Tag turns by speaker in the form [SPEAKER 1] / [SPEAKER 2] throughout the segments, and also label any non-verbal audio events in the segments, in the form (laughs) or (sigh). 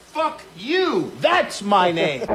[SPEAKER 1] Fuck you! That's my name!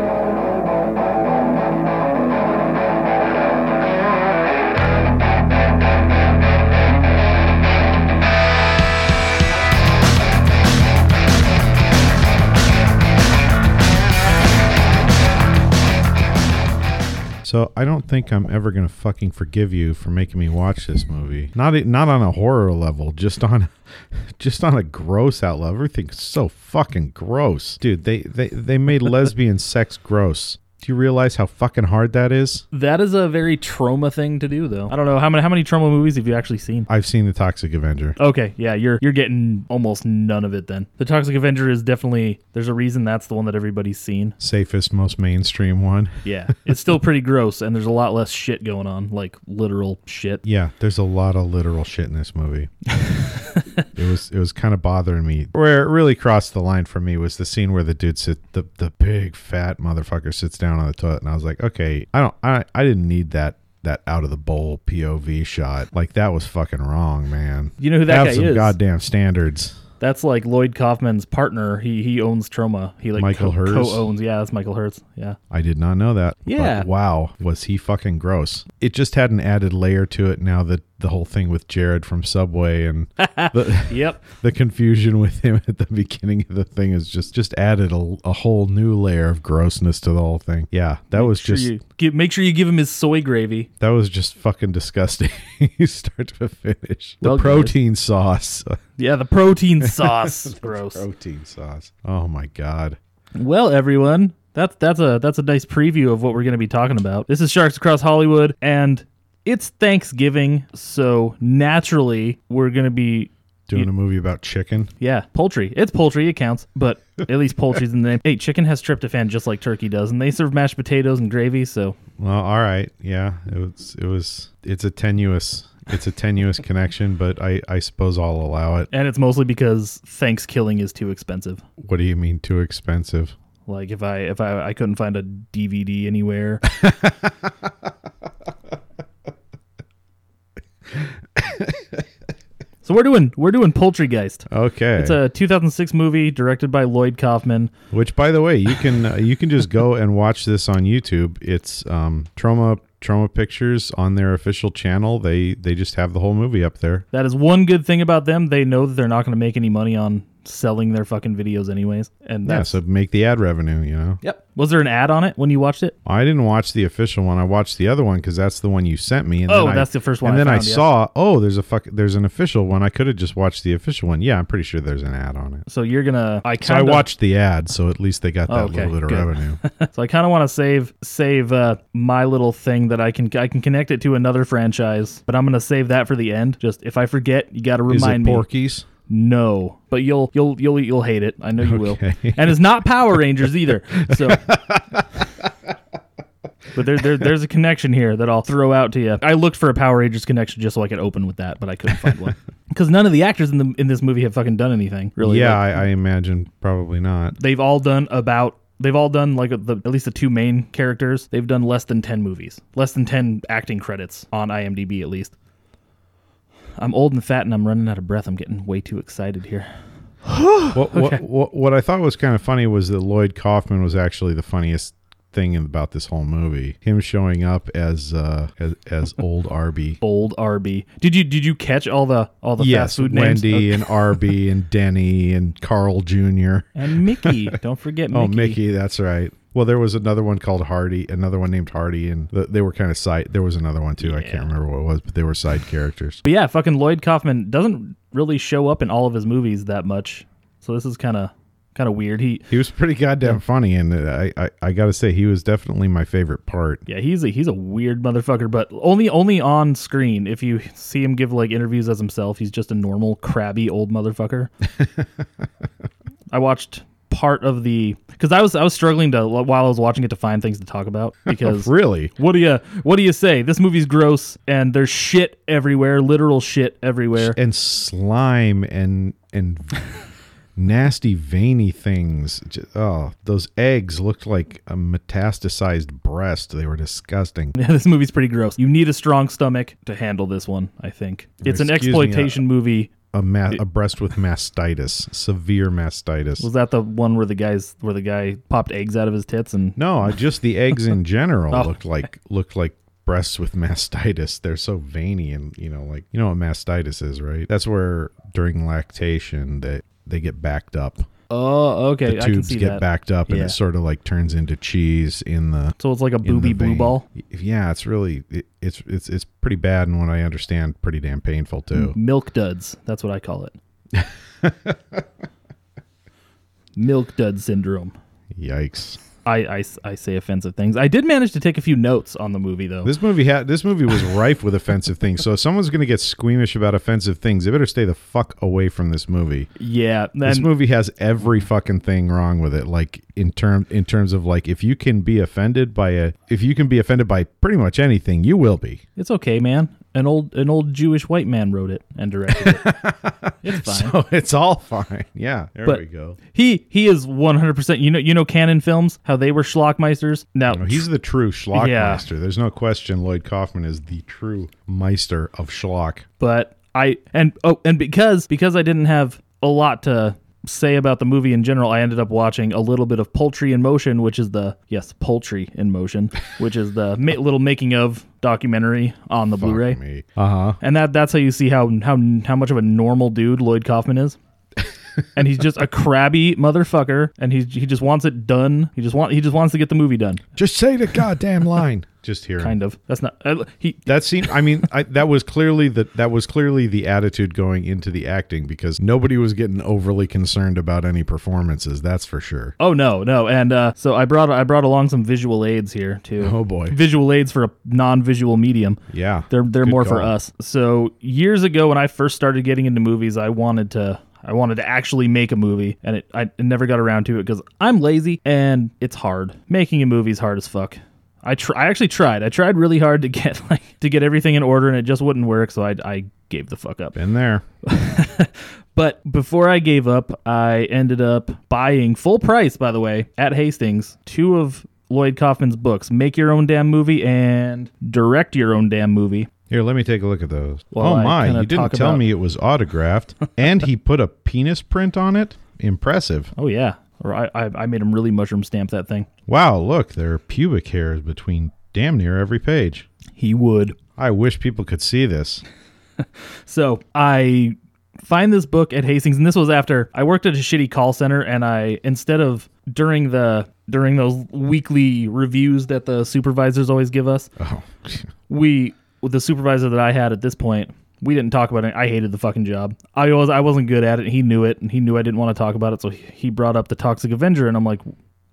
[SPEAKER 2] So I don't think I'm ever gonna fucking forgive you for making me watch this movie. Not e, not on a horror level, just on, (laughs) just on a gross out level. Everything's so fucking gross, dude. They they they made lesbian sex gross. Do you realize how fucking hard that is?
[SPEAKER 3] That is a very trauma thing to do, though. I don't know how many how many trauma movies have you actually seen.
[SPEAKER 2] I've seen the Toxic Avenger.
[SPEAKER 3] Okay, yeah, you're you're getting almost none of it then. The Toxic Avenger is definitely there's a reason that's the one that everybody's seen.
[SPEAKER 2] Safest, most mainstream one. (laughs)
[SPEAKER 3] Yeah, (laughs) it's still pretty gross, and there's a lot less shit going on, like literal shit.
[SPEAKER 2] Yeah, there's a lot of literal shit in this (laughs) movie. it was it was kind of bothering me. Where it really crossed the line for me was the scene where the dude sit the, the big fat motherfucker sits down on the toilet and I was like, okay, I don't I, I didn't need that that out of the bowl POV shot. Like that was fucking wrong, man.
[SPEAKER 3] You know who that
[SPEAKER 2] Have
[SPEAKER 3] guy
[SPEAKER 2] some
[SPEAKER 3] is?
[SPEAKER 2] goddamn standards.
[SPEAKER 3] That's like Lloyd Kaufman's partner. He he owns Trauma. He like
[SPEAKER 2] Michael
[SPEAKER 3] co-
[SPEAKER 2] Herz?
[SPEAKER 3] co-owns. Yeah, that's Michael Hertz. Yeah.
[SPEAKER 2] I did not know that. but
[SPEAKER 3] Yeah.
[SPEAKER 2] wow, was he fucking gross. It just had an added layer to it now that the whole thing with Jared from Subway
[SPEAKER 3] (laughs)
[SPEAKER 2] and the,
[SPEAKER 3] Yep.
[SPEAKER 2] the confusion with him at the beginning of the thing is just just added a, a whole new layer of grossness to the whole thing. Yeah, that was
[SPEAKER 3] Sure
[SPEAKER 2] just
[SPEAKER 3] you, give, make sure you give him his soy gravy.
[SPEAKER 2] that was just fucking disgusting. (laughs) Start to finish. The
[SPEAKER 3] Well, good.
[SPEAKER 2] protein sauce. (laughs)
[SPEAKER 3] Yeah, the protein sauce. Gross.
[SPEAKER 2] protein sauce. Oh my god.
[SPEAKER 3] Well, everyone, that's that's a that's a nice preview of what we're going to be talking about. This is Sharks Across Hollywood, and it's Thanksgiving, so naturally we're going to be
[SPEAKER 2] Doing a movie about chicken.
[SPEAKER 3] yeah poultry. It's poultry, it counts, but at least poultry's in the name. Hey, chicken has tryptophan just like turkey does, and they serve mashed potatoes and gravy. So
[SPEAKER 2] Well, all right. Yeah, it was it was it's a tenuous it's a tenuous connection, but I I suppose I'll allow it.
[SPEAKER 3] and it's mostly because Thanksgiving is too expensive.
[SPEAKER 2] What do you mean too expensive?
[SPEAKER 3] Like if I if I I couldn't find a DVD anywhere.
[SPEAKER 2] (laughs)
[SPEAKER 3] so we're doing we're doing Poultrygeist.
[SPEAKER 2] Okay.
[SPEAKER 3] It's a 2006 movie directed by Lloyd Kaufman.
[SPEAKER 2] Which, by the way, you can uh, you can just go and watch this on YouTube. It's um, trauma trauma pictures on their official channel. They they just have the whole movie up there.
[SPEAKER 3] That is one good thing about them. They know that they're not going to make any money on selling their fucking videos anyways. And
[SPEAKER 2] Yeah,
[SPEAKER 3] that's
[SPEAKER 2] so make the ad revenue. You know,
[SPEAKER 3] Yep. Was there an ad on it when you watched it?
[SPEAKER 2] I didn't watch the official one. I watched the other one because that's the one you sent me. And
[SPEAKER 3] Oh,
[SPEAKER 2] then I-
[SPEAKER 3] that's the first one
[SPEAKER 2] And
[SPEAKER 3] I
[SPEAKER 2] then I
[SPEAKER 3] found, yeah.
[SPEAKER 2] saw oh, there's a fuck, there's an official one. I could have just watched the official one. Yeah, I'm pretty sure there's an ad on it.
[SPEAKER 3] So you're going to I
[SPEAKER 2] So I
[SPEAKER 3] kinda-
[SPEAKER 2] watched the ad, so at least they got that
[SPEAKER 3] Oh, okay,
[SPEAKER 2] little bit of
[SPEAKER 3] good. (laughs)
[SPEAKER 2] revenue.
[SPEAKER 3] So I kind of want to save save uh, my little thing that I can I can connect it to another franchise, but I'm gonna save that for the end. Just if I forget, you got to
[SPEAKER 2] Is it
[SPEAKER 3] remind me.
[SPEAKER 2] Porky's?
[SPEAKER 3] No, but you'll you'll you'll you'll hate it. I know you will.
[SPEAKER 2] Okay. (laughs)
[SPEAKER 3] And it's not Power Rangers either. So. But there, there, there's a connection here that I'll throw out to you. I looked for a Power Rangers connection just so I could open with that, but I couldn't find
[SPEAKER 2] (laughs)
[SPEAKER 3] one because none of the actors in the in this movie have fucking done anything really.
[SPEAKER 2] Yeah,
[SPEAKER 3] Like,
[SPEAKER 2] I, I imagine probably not.
[SPEAKER 3] they've all done about they've all done like the, at least the two main characters they've done less than 10 movies less than 10 acting credits on imdb at least i'm old and fat and i'm running out of breath i'm getting way too excited here
[SPEAKER 2] what, what, what, what I thought was kind of funny was that Lloyd Kaufman was actually the funniest thing about this whole movie. Him showing up as uh, as,
[SPEAKER 3] (laughs)
[SPEAKER 2] as old Arby.
[SPEAKER 3] bold rb did you did you catch all the all the fast
[SPEAKER 2] yes,
[SPEAKER 3] food names
[SPEAKER 2] Wendy and Arby and
[SPEAKER 3] (laughs)
[SPEAKER 2] Denny and Carl Jr.
[SPEAKER 3] and
[SPEAKER 2] (laughs)
[SPEAKER 3] mickey don't forget mickey
[SPEAKER 2] Oh, Mickey, that's right. Well, there was another one called Hardy, another one named Hardy, and th- they were kind of side. There was another one too. I can't remember what it was, but they were side characters.
[SPEAKER 3] but yeah fucking lloyd kaufman doesn't really show up in all of his movies that much so this is kind of kind of weird he
[SPEAKER 2] He was pretty goddamn funny, and I, I, I got to say, he was definitely my favorite part.
[SPEAKER 3] Yeah, he's a he's a weird motherfucker, but only only on screen. If you see him give like interviews as himself, he's just a normal crabby
[SPEAKER 2] (laughs)
[SPEAKER 3] old motherfucker. I watched part of the because I was I was struggling to while I was watching it to find things to
[SPEAKER 2] (laughs)
[SPEAKER 3] talk about because
[SPEAKER 2] Oh, Really?
[SPEAKER 3] what do you what do you say? This movie's gross and there's shit everywhere, literal shit everywhere.
[SPEAKER 2] and slime and and nasty veiny things. Ju- Oh, those eggs looked like a metastasized breast. They were disgusting.
[SPEAKER 3] (laughs) Yeah, this movie's pretty gross. You need a strong stomach to handle this one, I think. It's an
[SPEAKER 2] Excuse me, uh,
[SPEAKER 3] exploitation movie
[SPEAKER 2] a, ma- a breast with mastitis, severe mastitis.
[SPEAKER 3] Was that the one where the guys where the guy popped eggs out of his tits and
[SPEAKER 2] No, I- just the eggs
[SPEAKER 3] (laughs)
[SPEAKER 2] in general
[SPEAKER 3] Oh.
[SPEAKER 2] looked like looked like breasts with mastitis. They're so veiny and you know, like you know what mastitis is, right? That's where during lactation that they get backed up.
[SPEAKER 3] oh okay I can
[SPEAKER 2] Tubes
[SPEAKER 3] see
[SPEAKER 2] get
[SPEAKER 3] that.
[SPEAKER 2] backed up and
[SPEAKER 3] Yeah.
[SPEAKER 2] it sort of like turns into cheese in the
[SPEAKER 3] So it's like a
[SPEAKER 2] in the
[SPEAKER 3] booby blue
[SPEAKER 2] vein.
[SPEAKER 3] ball.
[SPEAKER 2] Y- Yeah, it's really it, it's it's it's pretty bad and what I understand pretty damn painful too.
[SPEAKER 3] Milk duds. That's what I call it.
[SPEAKER 2] (laughs)
[SPEAKER 3] Milk dud syndrome.
[SPEAKER 2] Mm-hmm. Yikes.
[SPEAKER 3] I, I s- I say offensive things. I did manage to take a few notes on the movie though.
[SPEAKER 2] This movie had this movie was rife with offensive things. So if someone's going to get squeamish about offensive things, they better stay the fuck away from this movie.
[SPEAKER 3] yeah,
[SPEAKER 2] this
[SPEAKER 3] and
[SPEAKER 2] movie has every fucking thing wrong with it like in term in terms of like if you can be offended by a if you can be offended by pretty much anything you will be (laughs)
[SPEAKER 3] it's okay, man. An old an old Jewish white man wrote it and directed it.
[SPEAKER 2] (laughs)
[SPEAKER 3] it's
[SPEAKER 2] so
[SPEAKER 3] fine.
[SPEAKER 2] Oh, it's (laughs) all fine yeah there
[SPEAKER 3] But-
[SPEAKER 2] we go
[SPEAKER 3] He he is one hundred percent. You know you know Canon Films how they were schlockmeisters. Now
[SPEAKER 2] No, Oh, he's the true schlockmeister.
[SPEAKER 3] Yeah.
[SPEAKER 2] There's no question Lloyd Kaufman is the true meister of schlock.
[SPEAKER 3] but I and oh and because because I didn't have a lot to say about the movie in general, I ended up watching a little bit of Poultry in Motion, which is the yes Poultry in Motion, which is the ma- little making of documentary on the Blu-ray, Uh-huh.
[SPEAKER 2] Me. Uh huh.
[SPEAKER 3] and that that's how you see how how how much of a normal dude Lloyd Kaufman is. and he's just a crabby motherfucker, and he he just wants it done. He just want he just wants to get the movie done.
[SPEAKER 2] Just say the
[SPEAKER 3] (laughs)
[SPEAKER 2] goddamn line. Just hear him.
[SPEAKER 3] Kind of. That's not uh, he.
[SPEAKER 2] That seemed. I mean, I, that was clearly the that was clearly the attitude going into the acting because nobody was getting overly concerned about any performances. That's for sure.
[SPEAKER 3] Oh no, no, and uh, so I brought I brought along some visual aids here too.
[SPEAKER 2] Oh, boy.
[SPEAKER 3] visual aids for a non-visual medium.
[SPEAKER 2] Yeah,
[SPEAKER 3] They're they're
[SPEAKER 2] Good
[SPEAKER 3] more for
[SPEAKER 2] call.
[SPEAKER 3] us. So years ago, when I first started getting into movies, I wanted to I wanted to actually make a movie, and it, I never got around to it because I'm lazy and it's hard. Making a movie is hard as fuck. I tr- I actually tried. I tried really hard to get (laughs) like to get everything in order, and it just wouldn't work. So I I gave the fuck up.
[SPEAKER 2] Been there.
[SPEAKER 3] But before I gave up, I ended up buying full price, by the way, at Hastings, two of Lloyd Kaufman's books, Make Your Own Damn Movie and Direct Your Own Damn Movie.
[SPEAKER 2] Here, let me take a look at those.
[SPEAKER 3] Well,
[SPEAKER 2] oh
[SPEAKER 3] I
[SPEAKER 2] my!
[SPEAKER 3] kinda
[SPEAKER 2] You didn't
[SPEAKER 3] talk
[SPEAKER 2] tell
[SPEAKER 3] about-
[SPEAKER 2] me it was
[SPEAKER 3] (laughs)
[SPEAKER 2] autographed, and he put a penis print on it. Impressive.
[SPEAKER 3] Oh, yeah. Or I, I, I made him really mushroom stamp that thing.
[SPEAKER 2] Wow! Look, there are pubic hairs between damn near every page.
[SPEAKER 3] He would.
[SPEAKER 2] I wish people could see this.
[SPEAKER 3] So I find this book at Hastings, and this was after I worked at a shitty call center, and I instead of during the during those weekly reviews that the supervisors always give us,
[SPEAKER 2] Oh, (laughs)
[SPEAKER 3] we with the supervisor that I had at this point, we didn't talk about it. I hated the fucking job. I was I wasn't good at it. He knew it, and he knew I didn't want to talk about it. So he he brought up the Toxic Avenger, and I'm like,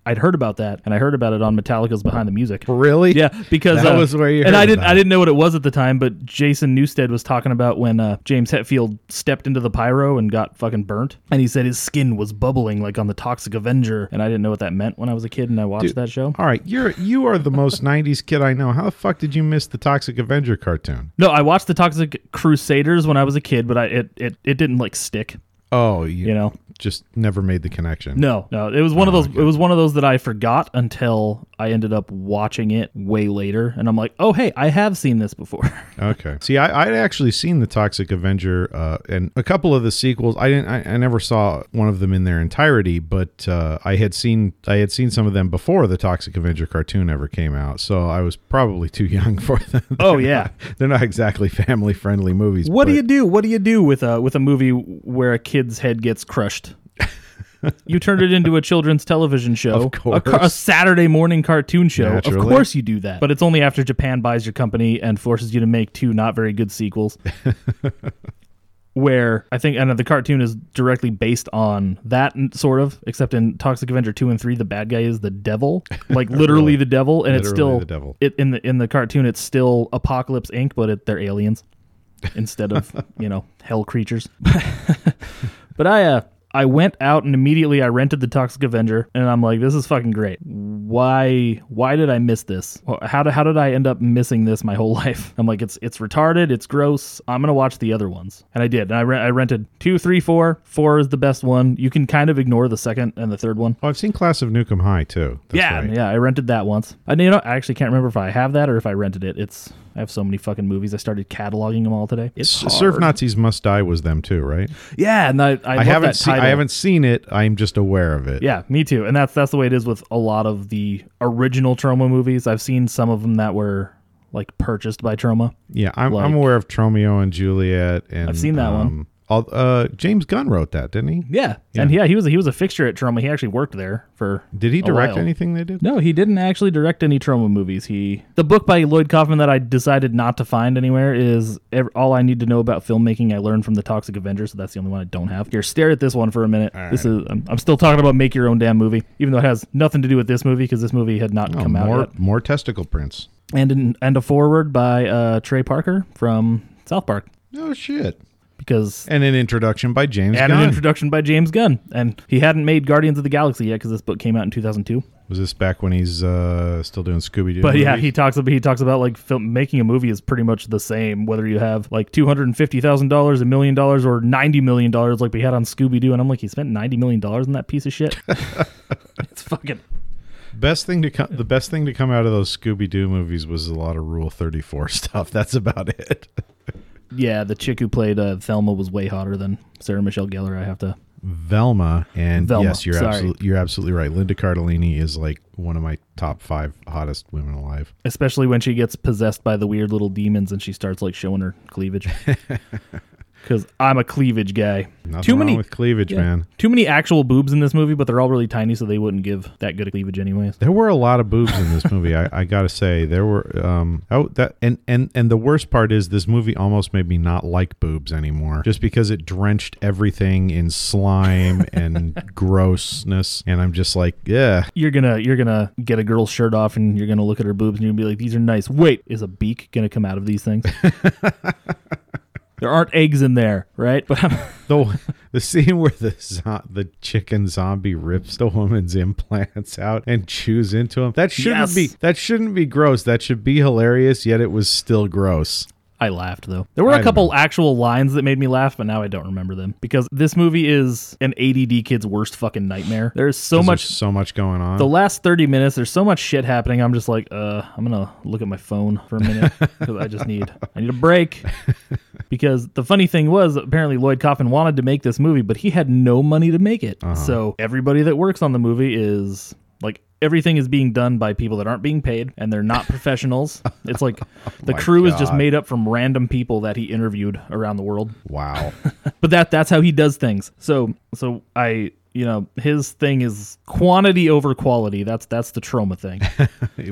[SPEAKER 3] I'd heard about that, and I heard about it on Metallica's Behind the Music.
[SPEAKER 2] really?
[SPEAKER 3] Yeah, because
[SPEAKER 2] That
[SPEAKER 3] uh,
[SPEAKER 2] was where you heard
[SPEAKER 3] and I didn't
[SPEAKER 2] about
[SPEAKER 3] I
[SPEAKER 2] it.
[SPEAKER 3] didn't know what it was at the time, but Jason Newstead was talking about when uh, James Hetfield stepped into the pyro and got fucking burnt, and he said his skin was bubbling like on the Toxic Avenger, and I didn't know what that meant when I was a kid and I watched
[SPEAKER 2] Dude.
[SPEAKER 3] that show.
[SPEAKER 2] All right, you're you are the most (laughs) '90s kid I know. How the fuck did you miss the Toxic Avenger cartoon?
[SPEAKER 3] No, I watched the Toxic Crusaders when I was a kid, but I it it, it didn't like stick,
[SPEAKER 2] Oh, you,
[SPEAKER 3] you know.
[SPEAKER 2] just never made the connection.
[SPEAKER 3] No, Oh no, it was one of those. It was one of those that I forgot until I ended up watching it way later, and I'm like, oh hey, I have seen this before. (laughs)
[SPEAKER 2] Okay. See, I, I'd actually seen the Toxic Avenger uh, and a couple of the sequels. I didn't. I, I never saw one of them in their entirety, but uh, I had seen I had seen some of them before the Toxic Avenger cartoon ever came out. So I was probably too young (laughs) for them.
[SPEAKER 3] Oh, yeah.
[SPEAKER 2] they're not exactly family friendly movies.
[SPEAKER 3] what do
[SPEAKER 2] but-
[SPEAKER 3] you do? What do you do with a with a movie where a kid's head gets crushed? (laughs) you turned it into a children's television show,
[SPEAKER 2] Of course.
[SPEAKER 3] A, ca- a Saturday morning cartoon show. Of
[SPEAKER 2] Naturally.
[SPEAKER 3] course, you do that. But it's only after Japan buys your company and forces you to make two not very good sequels. where I think and the cartoon is directly based on that n- sort of, except in Toxic Avenger two and three, the bad guy is
[SPEAKER 2] (laughs)
[SPEAKER 3] the devil, like literally the devil, and it's
[SPEAKER 2] Literally
[SPEAKER 3] still
[SPEAKER 2] the devil.
[SPEAKER 3] It, in the in the cartoon, it's still Apocalypse Inc., but it,
[SPEAKER 2] (laughs)
[SPEAKER 3] they're aliens instead of you know hell creatures. but I uh, I went out and immediately I rented the Toxic Avenger, and I'm like, this is fucking great. Why why did I miss this? Wh- How did, how did I end up missing this my whole (laughs) life? I'm like, it's it's retarded, it's gross. I'm gonna watch the other ones, and I did. And I re- I rented two, three, four. Four is the best one. You can kind of ignore the second and the third one.
[SPEAKER 2] Oh, I've seen Class of Nukem High too. That's
[SPEAKER 3] yeah,
[SPEAKER 2] right.
[SPEAKER 3] yeah, I rented that once. I you know I actually can't remember if I have that or if I rented it. It's I have so many fucking movies. I started cataloging them all today. It's
[SPEAKER 2] S- Surf
[SPEAKER 3] hard.
[SPEAKER 2] Nazis Must Die was them too, right?
[SPEAKER 3] Yeah, and I I,
[SPEAKER 2] I
[SPEAKER 3] love
[SPEAKER 2] haven't
[SPEAKER 3] that
[SPEAKER 2] seen
[SPEAKER 3] title.
[SPEAKER 2] I haven't seen it. I'm just aware of it.
[SPEAKER 3] Yeah, me too. And that's that's the way it is with a lot of the original Trauma movies. I've seen some of them that were like purchased by Trauma.
[SPEAKER 2] Yeah, I'm,
[SPEAKER 3] Like-
[SPEAKER 2] I'm aware of Tromeo and Juliet, and
[SPEAKER 3] I've seen that one.
[SPEAKER 2] um, all- uh, James Gunn wrote that, didn't he?
[SPEAKER 3] Yeah. And yeah, he was he was a fixture at Trauma. He actually worked there for
[SPEAKER 2] Did he
[SPEAKER 3] a
[SPEAKER 2] direct
[SPEAKER 3] while.
[SPEAKER 2] anything they did?
[SPEAKER 3] No, he didn't actually direct any trauma movies. He the book by Lloyd Kaufman that I decided not to find anywhere is ev- all I need to know about filmmaking. I learned from the Toxic Avenger, so that's the only one I don't have. Here, stare at this one for a minute. This is I'm, I'm still talking about make your own damn movie, even though it has nothing to do with this movie because this movie had not
[SPEAKER 2] Oh,
[SPEAKER 3] come out
[SPEAKER 2] more
[SPEAKER 3] yet.
[SPEAKER 2] more testicle prints.
[SPEAKER 3] And an, and a forward by uh, Trey Parker from South Park
[SPEAKER 2] Oh shit!
[SPEAKER 3] because
[SPEAKER 2] And an introduction by James
[SPEAKER 3] and
[SPEAKER 2] Gunn.
[SPEAKER 3] an introduction by James Gunn, and he hadn't made Guardians of the Galaxy yet because this book came out in 2002.
[SPEAKER 2] was this back when he's uh, still doing Scooby Doo?
[SPEAKER 3] But yeah, he talks about he talks about like film, making a movie is pretty much the same whether you have like two hundred and fifty thousand dollars, a million dollars, or ninety million dollars like we had on Scooby Doo, and I'm like, he spent ninety million dollars on that piece of shit. it's fucking
[SPEAKER 2] best thing to come. The best thing to come out of those Scooby Doo movies was a lot of Rule Thirty Four (laughs) stuff. That's about it.
[SPEAKER 3] yeah. The chick who played uh, Thelma was way hotter than Sarah Michelle Gellar. I have to.
[SPEAKER 2] Velma and
[SPEAKER 3] Velma,
[SPEAKER 2] yes, you're
[SPEAKER 3] sorry.
[SPEAKER 2] absolutely you're absolutely right. Linda Cardellini is like one of my top five hottest women alive.
[SPEAKER 3] Especially when she gets possessed by the weird little demons and she starts like showing her
[SPEAKER 2] (laughs)
[SPEAKER 3] cleavage. Because I'm a cleavage guy.
[SPEAKER 2] Nothing
[SPEAKER 3] too
[SPEAKER 2] wrong
[SPEAKER 3] many
[SPEAKER 2] with cleavage,
[SPEAKER 3] yeah,
[SPEAKER 2] man.
[SPEAKER 3] Too many actual boobs in this movie, but they're all really tiny, so they wouldn't give that good a cleavage anyways.
[SPEAKER 2] There were a lot of boobs in this movie. I, I gotta say, there were. Um, oh, that and and and the worst part is this movie almost made me not like boobs anymore, just because it drenched everything in slime and
[SPEAKER 3] (laughs)
[SPEAKER 2] grossness, and I'm just like, yeah,
[SPEAKER 3] you're gonna you're gonna get a girl's shirt off and you're gonna look at her boobs and you'll be like, these are nice. Wait, is a beak gonna come out of
[SPEAKER 2] (laughs)
[SPEAKER 3] these things? there aren't eggs in there, right? But I'm,
[SPEAKER 2] the the scene where the zo- the chicken zombie rips the woman's implants out and chews into them. That shouldn't
[SPEAKER 3] Yes.
[SPEAKER 2] be that shouldn't be gross. That should be hilarious. Yet it was still gross.
[SPEAKER 3] I laughed though. There were
[SPEAKER 2] I
[SPEAKER 3] a
[SPEAKER 2] don't
[SPEAKER 3] couple actual lines that made me laugh, but now I don't remember them because this movie is an ADD kid's worst fucking nightmare. There's so
[SPEAKER 2] 'Cause
[SPEAKER 3] much.
[SPEAKER 2] there's so much going on.
[SPEAKER 3] the last 30 minutes there's so much shit happening i'm just like uh i'm gonna look at my phone for
[SPEAKER 2] (laughs)
[SPEAKER 3] a minute because i just need i need a break because the funny thing was apparently lloyd kaufman wanted to make this movie but he had no money to make
[SPEAKER 2] Uh-huh.
[SPEAKER 3] it so everybody that works on the movie is like everything is being done by people that aren't being paid and they're not professionals
[SPEAKER 2] (laughs)
[SPEAKER 3] it's like the
[SPEAKER 2] Oh my
[SPEAKER 3] crew is just
[SPEAKER 2] God.
[SPEAKER 3] made up from random people that he interviewed around the world
[SPEAKER 2] wow. (laughs)
[SPEAKER 3] but that that's how he does things. So so I you know his thing is quantity over quality. That's that's the
[SPEAKER 2] (laughs)
[SPEAKER 3] trauma thing,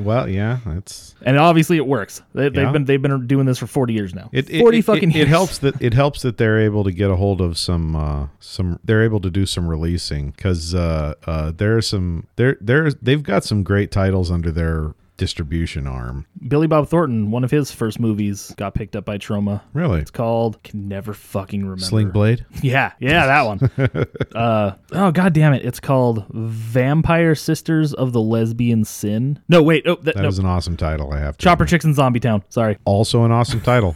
[SPEAKER 2] well, yeah, that's
[SPEAKER 3] and obviously it works. They,
[SPEAKER 2] Yeah.
[SPEAKER 3] They've been they've been doing this for forty years now.
[SPEAKER 2] It, it-
[SPEAKER 3] forty
[SPEAKER 2] it-
[SPEAKER 3] fucking
[SPEAKER 2] it,
[SPEAKER 3] years.
[SPEAKER 2] it helps that it helps that they're able to get a hold of some uh some they're able to do some releasing because uh uh there are some there there they've got some great titles under their distribution arm
[SPEAKER 3] Billy Bob Thornton, one of his first movies, got picked up by Trauma.
[SPEAKER 2] really
[SPEAKER 3] It's called can never fucking remember.
[SPEAKER 2] sling blade
[SPEAKER 3] Yeah, yeah, that one.
[SPEAKER 2] (laughs)
[SPEAKER 3] uh, oh god damn it! It's called Vampire Sisters of the Lesbian Sin. No, wait, oh that,
[SPEAKER 2] that
[SPEAKER 3] no.
[SPEAKER 2] is an awesome title i have to
[SPEAKER 3] Chopper
[SPEAKER 2] admit.
[SPEAKER 3] Chicks in Zombie Town. Sorry.
[SPEAKER 2] also an awesome title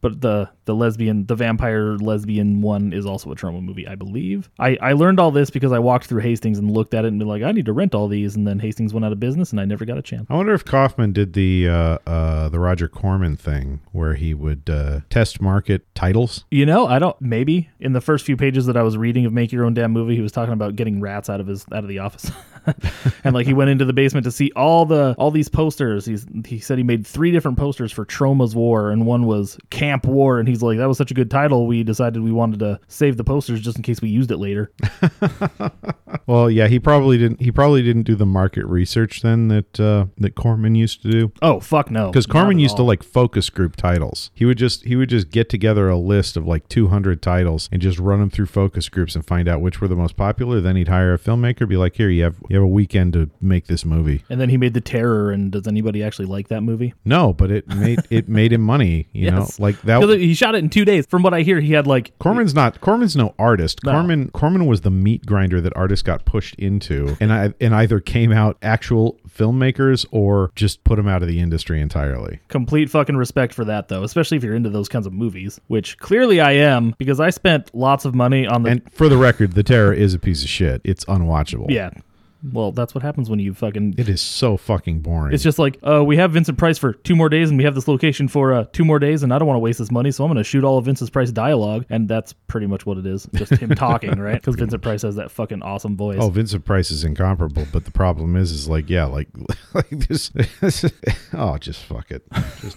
[SPEAKER 3] but the the lesbian the vampire lesbian one is also a trauma movie i believe i i learned all this because i walked through hastings and looked at it and been like i need to rent all these and then hastings went out of business and i never got a chance
[SPEAKER 2] i wonder if kaufman did the uh uh the roger corman thing where he would uh test market titles
[SPEAKER 3] you know i don't maybe in the first few pages that i was reading of make your own damn movie he was talking about getting rats out of his out of the office (laughs) and like he went into the basement to see all the all these posters he's he said he made three different posters for trauma's war and one was camp war and he's like that was such a good title we decided we wanted to save the posters just in case we used it later
[SPEAKER 2] well yeah he probably didn't he probably didn't do the market research then that uh that corman used to do
[SPEAKER 3] Oh fuck no!
[SPEAKER 2] because
[SPEAKER 3] Not
[SPEAKER 2] Carmen
[SPEAKER 3] at
[SPEAKER 2] used to
[SPEAKER 3] all.
[SPEAKER 2] like focus group titles. He would just he would just get together a list of like 200 titles and just run them through focus groups and find out which were the most popular. Then he'd hire a filmmaker, be like, "Here, you have you have a weekend to make this movie."
[SPEAKER 3] And then he made the Terror, and does anybody actually like that movie?
[SPEAKER 2] No, but it made it made him
[SPEAKER 3] (laughs)
[SPEAKER 2] money. You
[SPEAKER 3] Yes.
[SPEAKER 2] know, like
[SPEAKER 3] 'Cause
[SPEAKER 2] that.
[SPEAKER 3] He shot it in two days. From what I hear, he had like
[SPEAKER 2] Corman's not Corman's no artist.
[SPEAKER 3] No.
[SPEAKER 2] Corman Corman was the meat grinder that artists got pushed into, and I and either came out actual filmmakers or just put them out of the industry entirely.
[SPEAKER 3] complete fucking respect for that, though. Especially if you're into those kinds of movies, which clearly I am, because I spent lots of money on the
[SPEAKER 2] And for the record, The Terror is a piece of shit. It's unwatchable.
[SPEAKER 3] yeah. Well, that's what happens when you fucking.
[SPEAKER 2] It is so fucking boring.
[SPEAKER 3] It's just like uh, we have Vincent Price for two more days, and we have this location for uh, two more days, and I don't want to waste this money, so I'm going to shoot all of Vincent Price dialogue, and that's pretty much what it is, just him
[SPEAKER 2] (laughs)
[SPEAKER 3] talking, right? Because Vincent Price has that fucking awesome voice.
[SPEAKER 2] Oh, Vincent Price is incomparable, but the problem is, is like, yeah, like, (laughs) like this. oh, just fuck it.
[SPEAKER 3] (laughs)
[SPEAKER 2] Just,